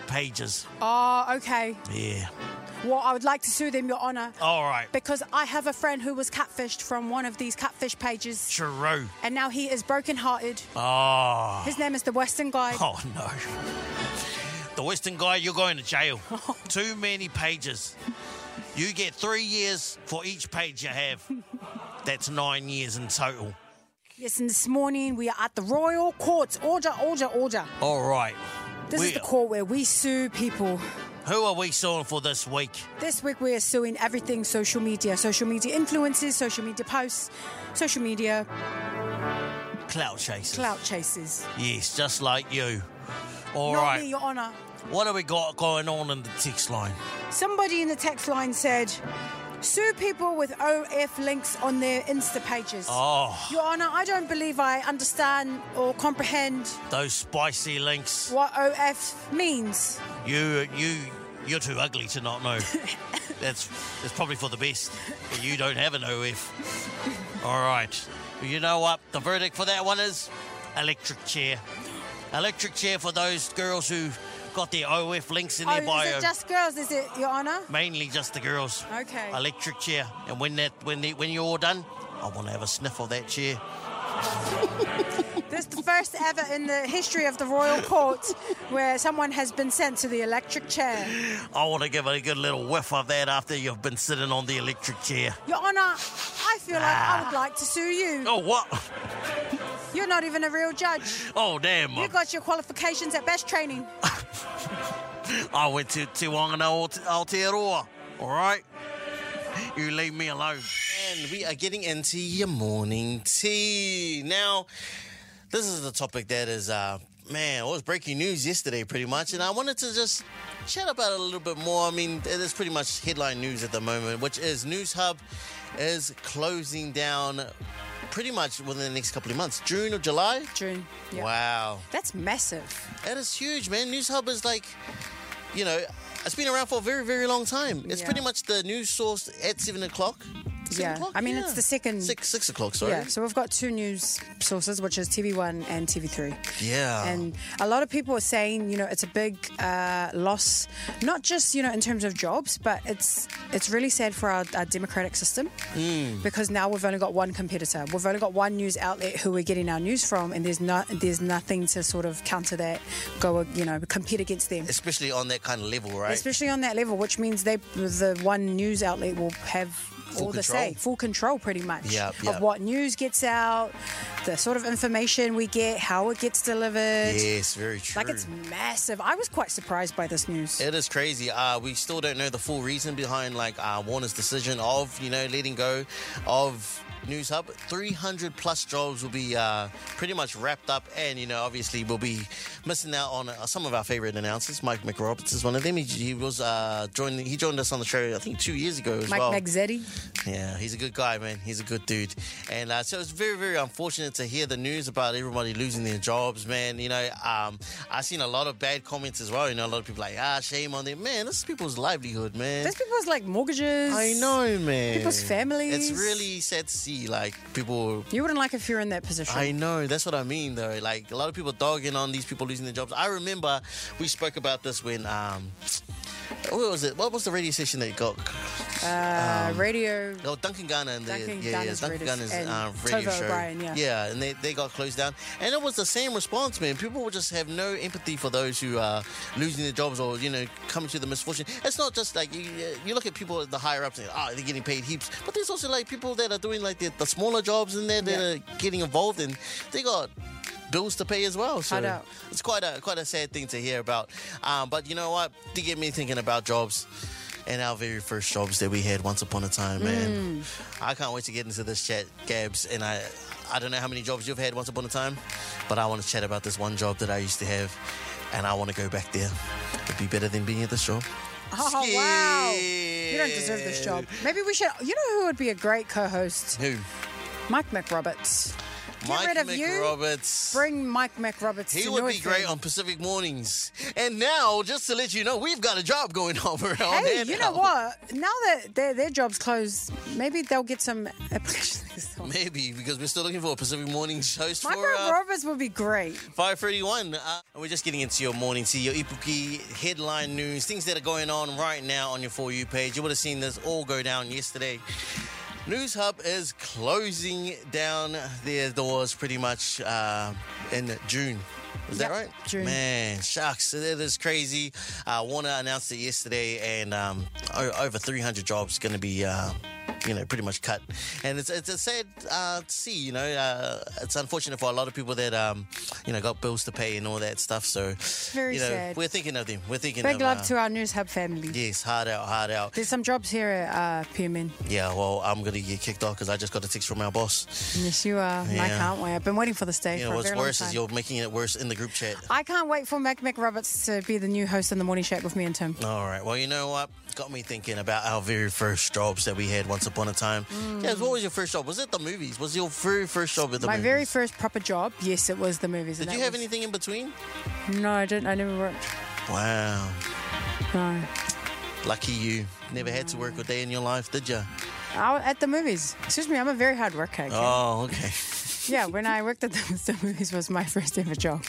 S2: pages
S3: Oh, okay.
S2: yeah
S3: Well, I would like to sue them, Your Honour,
S2: all right
S3: because I have a friend who was catfished from one of these catfish pages,
S2: true
S3: and now he is brokenhearted.
S2: oh
S3: His name is the Western guy.
S2: oh no the western guy you're going to
S3: *laughs*
S2: jail too many pages you get three years for each page you have that's nine years in total
S3: Yes, and this morning we are at the Royal Courts. Order, order, order.
S2: all right
S3: This is
S2: We-
S3: the court where we sue people.
S2: who are we suing for this week
S3: This week we are suing everything social media, social media influences, social media posts, social media
S2: clout chasers
S3: clout chases.
S2: yes just like you All
S3: Not
S2: right.
S3: me, Your Honour.
S2: What have we got going on in the text line?
S3: Somebody in the text line said, sue people with OF links on their Insta pages.
S2: Oh,
S3: Your Honour, I don't believe I understand or comprehend
S2: those spicy links.
S3: what OF means.
S2: You, you, you're too ugly to not know. that's that's probably for the best. But you don't have an OF. All right. You know what? The verdict for that one is electric chair. Electric chair for those girls who got their OF links in
S3: Oh,
S2: their bio.
S3: is it just girls? Is it, Your Honour?
S2: Mainly just the girls.
S3: Okay.
S2: Electric chair. And when that when the, when you're all done, I want to have a sniff of that chair.
S3: This is the first ever in the history of the royal
S2: *laughs*
S3: court where someone has been sent to the electric chair.
S2: I want to give it a good little whiff of that after you've been sitting on the electric chair.
S3: Your Honour, I feel like I would like to sue you.
S2: Ah. Oh, what?
S3: You're not even a real judge.
S2: Oh, damn.
S3: You got your qualifications at best training.
S2: I went to Tiwangana Aotearoa. All right? You leave me alone. And we are getting into your morning tea. Now, this is the topic that is, uh, man, it was breaking news yesterday pretty much. And I wanted to just chat about it a little bit more. I mean, it is pretty much headline news at the moment, which is News Hub is closing down pretty much within the next couple of months. June or July?
S3: June. Yeah.
S2: Wow.
S3: That's massive.
S2: That is huge, man. News Hub is like, you know, it's been around for a very, very long time. It's
S3: Yeah.
S2: pretty much the news source at seven o'clock. Seven
S3: Yeah.
S2: o'clock?
S3: I mean, it's the second-
S2: six six o'clock. Sorry.
S3: Yeah, so we've got two news sources, which is TV1 and TV3.
S2: Yeah.
S3: And a lot of people are saying, you know, it's a big uh, loss, not just you know in terms of jobs, but it's it's really sad for our, our democratic system
S2: Hmm.
S3: because now we've only got one competitor, we've only got one news outlet who we're getting our news from, and there's not there's nothing to sort of counter that, go you know compete against them.
S2: Especially on that kind of level, right?
S3: Especially on that level, which means they the one news outlet will have all the
S2: control.
S3: say, full control pretty much
S2: Yep,
S3: of
S2: yep.
S3: what news gets out, the sort of information we get, how it gets delivered.
S2: yes, very true.
S3: Like it's massive. I was quite surprised by this news.
S2: It is crazy. Uh, we still don't know the full reason behind like uh, Warner's decision of you know letting go of News Hub. Three hundred plus jobs will be uh, pretty much wrapped up, and you know obviously we'll be missing out on uh, some of our favorite announcers. Mike McRoberts is one of them. He, he was uh, joined. He joined us on the show I think two years ago as
S3: Mike
S2: well.
S3: Magzetti.
S2: Yeah, he's a good guy, man. He's a good dude. And uh, so it's very, very unfortunate to hear the news about everybody losing their jobs, man. You know, um, I've seen a lot of bad comments as well. You know, a lot of people like, ah, shame on them. Man, this is people's livelihood, man.
S3: There's people's like mortgages.
S2: I know, man.
S3: People's
S2: It's
S3: families.
S2: really sad to see, like, people.
S3: You wouldn't like if you're in that position.
S2: I know, that's what I mean, though. Like, a lot of people dogging on these people losing their jobs. I remember we spoke about this when. Um, What was it? What was the radio station that got?
S3: Uh, radio.
S2: Oh, Duncan Garner and the
S3: Duncan
S2: yeah,
S3: Garner's
S2: yeah, Duncan
S3: radio-
S2: Garner's
S3: and
S2: uh, radio
S3: Tova
S2: show.
S3: O'Brien, yeah.
S2: and they, they got closed down, and it was the same response, man. People will just have no empathy for those who are losing their jobs or you know coming to the misfortune. It's not just like you you look at people at the higher ups and oh they're getting paid heaps, but there's also like people that are doing like the, the smaller jobs and they're, they're getting involved and they got. Bills to pay as well, so
S3: I know.
S2: it's quite a quite a sad thing to hear about. Um, but you know what? To get me thinking about jobs and our very first jobs that we had once upon a time, man.
S3: Mm.
S2: I can't wait to get into this chat, Gabs. And I, I don't know how many jobs you've had once upon a time, but I want to chat about this one job that I used to have, and I want to go back there. It'd be better than being at this job.
S3: Oh, wow. You don't deserve this job. Maybe we should. You know who would be a great co host?
S2: Who?
S3: Mike McRoberts. Get
S2: Mike
S3: rid of you.
S2: McRoberts.
S3: Bring Mike McRoberts
S2: He
S3: to
S2: would be
S3: Northland.
S2: great on Pacific Mornings. And now, just to let you know, we've got a job going *laughs* on around
S3: Hey,
S2: here
S3: you know
S2: now.
S3: what? Now that their, their job's closed, maybe they'll get some applications. *laughs* Mike
S2: Maybe because we're still looking for a Pacific Mornings host for uh,
S3: McRoberts would be great.
S2: 531. Uh, and we're just getting into your morning tea, your ipuki headline news, things that are going on right now on your For You page. You would have seen this all go down yesterday. News Hub is closing down their doors pretty much uh, in June. Is that
S3: Yep,
S2: right?
S3: June.
S2: Man, shucks, that is crazy. Uh, Warner announced it yesterday, and um, o- over 300 jobs going to be. Uh, you know, pretty much cut, and it's it's a sad uh, to see. You know, uh, it's unfortunate for a lot of people that um, you know got bills to pay and all that stuff. So,
S3: very
S2: you know,
S3: sad.
S2: we're thinking of them. We're thinking
S3: Big
S2: of
S3: love
S2: uh,
S3: to our News Hub family.
S2: yes, hard out, hard out.
S3: There's some jobs here at uh, PMN.
S2: Yeah, well, I'm gonna get kicked off because I just got a text from our boss.
S3: Yes, you are. And I
S2: Yeah.
S3: can't wait. I've been waiting for this day
S2: You
S3: for
S2: know,
S3: a
S2: what's
S3: very long
S2: worse
S3: time.
S2: is you're making it worse in the group chat.
S3: I can't wait for Mac McRoberts to be the new host in the morning shape with me and Tim.
S2: All right. Well, you know what? Got me thinking about our very first jobs that we had once upon a time. Yeah, what was your first job? Was it the movies? Was your very first job at the
S3: My
S2: movies?
S3: very first proper job, yes, it was the movies. and
S2: Did you
S3: that
S2: have
S3: was-
S2: anything in between?
S3: No, I didn't. I never worked.
S2: Wow.
S3: No.
S2: Lucky you. Never had to work a day in your life, did you?
S3: I, at the movies. Excuse me, I'm a very hard worker. okay?
S2: Oh, *laughs* okay.
S3: Yeah, when I worked at the, *laughs* the movies was my *laughs* first ever job.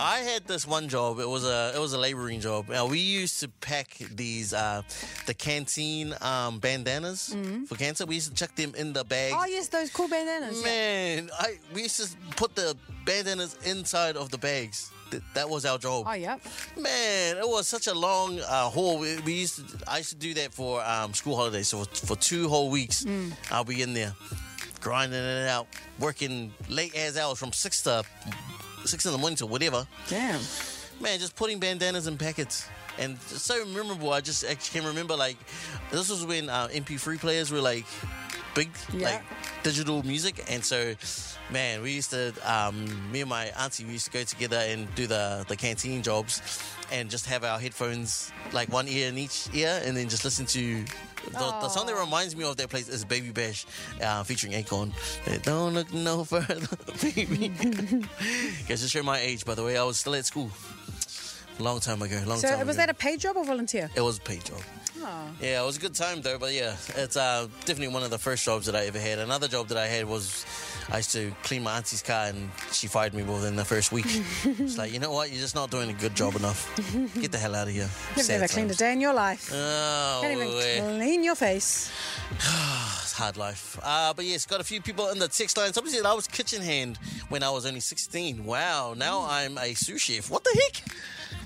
S2: I had this one job. It was a it was a labouring job. Now we used to pack these uh, the canteen um, bandanas for cancer. We used to chuck them in the bags.
S3: Mm-hmm. Oh, yes, those cool bandanas. yeah.
S2: Man, I we used to put the bandanas inside of the bags. Th- that was our job.
S3: Oh, yeah.
S2: Man, it was such a long uh, haul. We, we used to, I used to do that for um, school holidays. So for, for two whole weeks,
S3: Mm.
S2: I'll be in there grinding it out, working late as hours from six to six in the morning to whatever.
S3: Damn.
S2: Man, just putting bandanas in packets. And it's so memorable, I just actually can remember like this was when uh, MP3 players were like big,
S3: Yeah.
S2: like digital music. And so, man, we used to, um, me and my auntie, we used to go together and do the, the canteen jobs and just have our headphones, like one ear in each ear, and then just listen to. The, the song that reminds me of that place is Baby Bash uh, featuring Akon. It Don't look no *laughs* further, baby. Guess just show my age, by the way. I was still at school. Long time ago. Long
S3: So
S2: time
S3: was that
S2: ago.
S3: a paid job or volunteer?
S2: It was a paid job.
S3: Oh.
S2: Yeah, it was a good time though. But yeah, it's uh, definitely one of the first jobs that I ever had. Another job that I had was I used to clean my auntie's car, and she fired me within the first week.
S3: *laughs*
S2: She's like, you know what? You're just not doing a good job enough. Get the hell out of here.
S3: You've never cleaned a day in your life.
S2: Oh,
S3: Can't even
S2: wait.
S3: clean your face.
S2: It's hard life. Uh, but yes, got a few people in the text line. Somebody said I was kitchen hand when I was only 16. Wow, now I'm a sous chef. What the heck?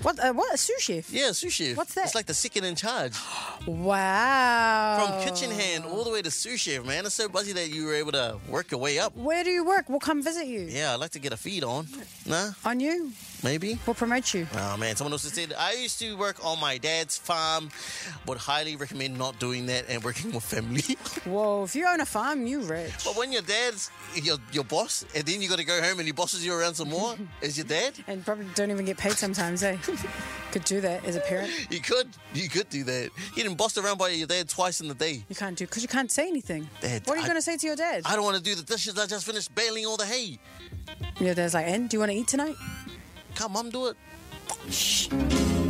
S3: What? Uh, what? A sous chef?
S2: Yeah, sous chef.
S3: What's that?
S2: It's like the second in charge.
S3: Wow.
S2: From kitchen
S3: Oh.
S2: hand all the way to sous chef, man. It's so busy that you were able to work your way up.
S3: Where do you work? We'll come visit you.
S2: Yeah, I'd like to get a feed on. Nah,
S3: On you?
S2: maybe.
S3: We'll promote you.
S2: Oh man, someone else has said I used to work on my dad's farm. Would highly recommend not doing that and working with family. *laughs*
S3: Whoa, if you own a farm, you rich.
S2: but when your dad's your your boss, and then you got to go home and he bosses you around some
S3: *laughs*
S2: more, is your dad?
S3: And probably don't even get paid sometimes, eh? Could do that as a parent.
S2: You could, you could do that. Getting bossed around by your dad twice in the day.
S3: You can't do because you can't say anything.
S2: Dad,
S3: what are you
S2: I-
S3: going to say to your dad?
S2: I don't want to do the dishes. I just finished baling all the hay.
S3: your dad's like, "And do you want to eat tonight?"
S2: Can't mum do it?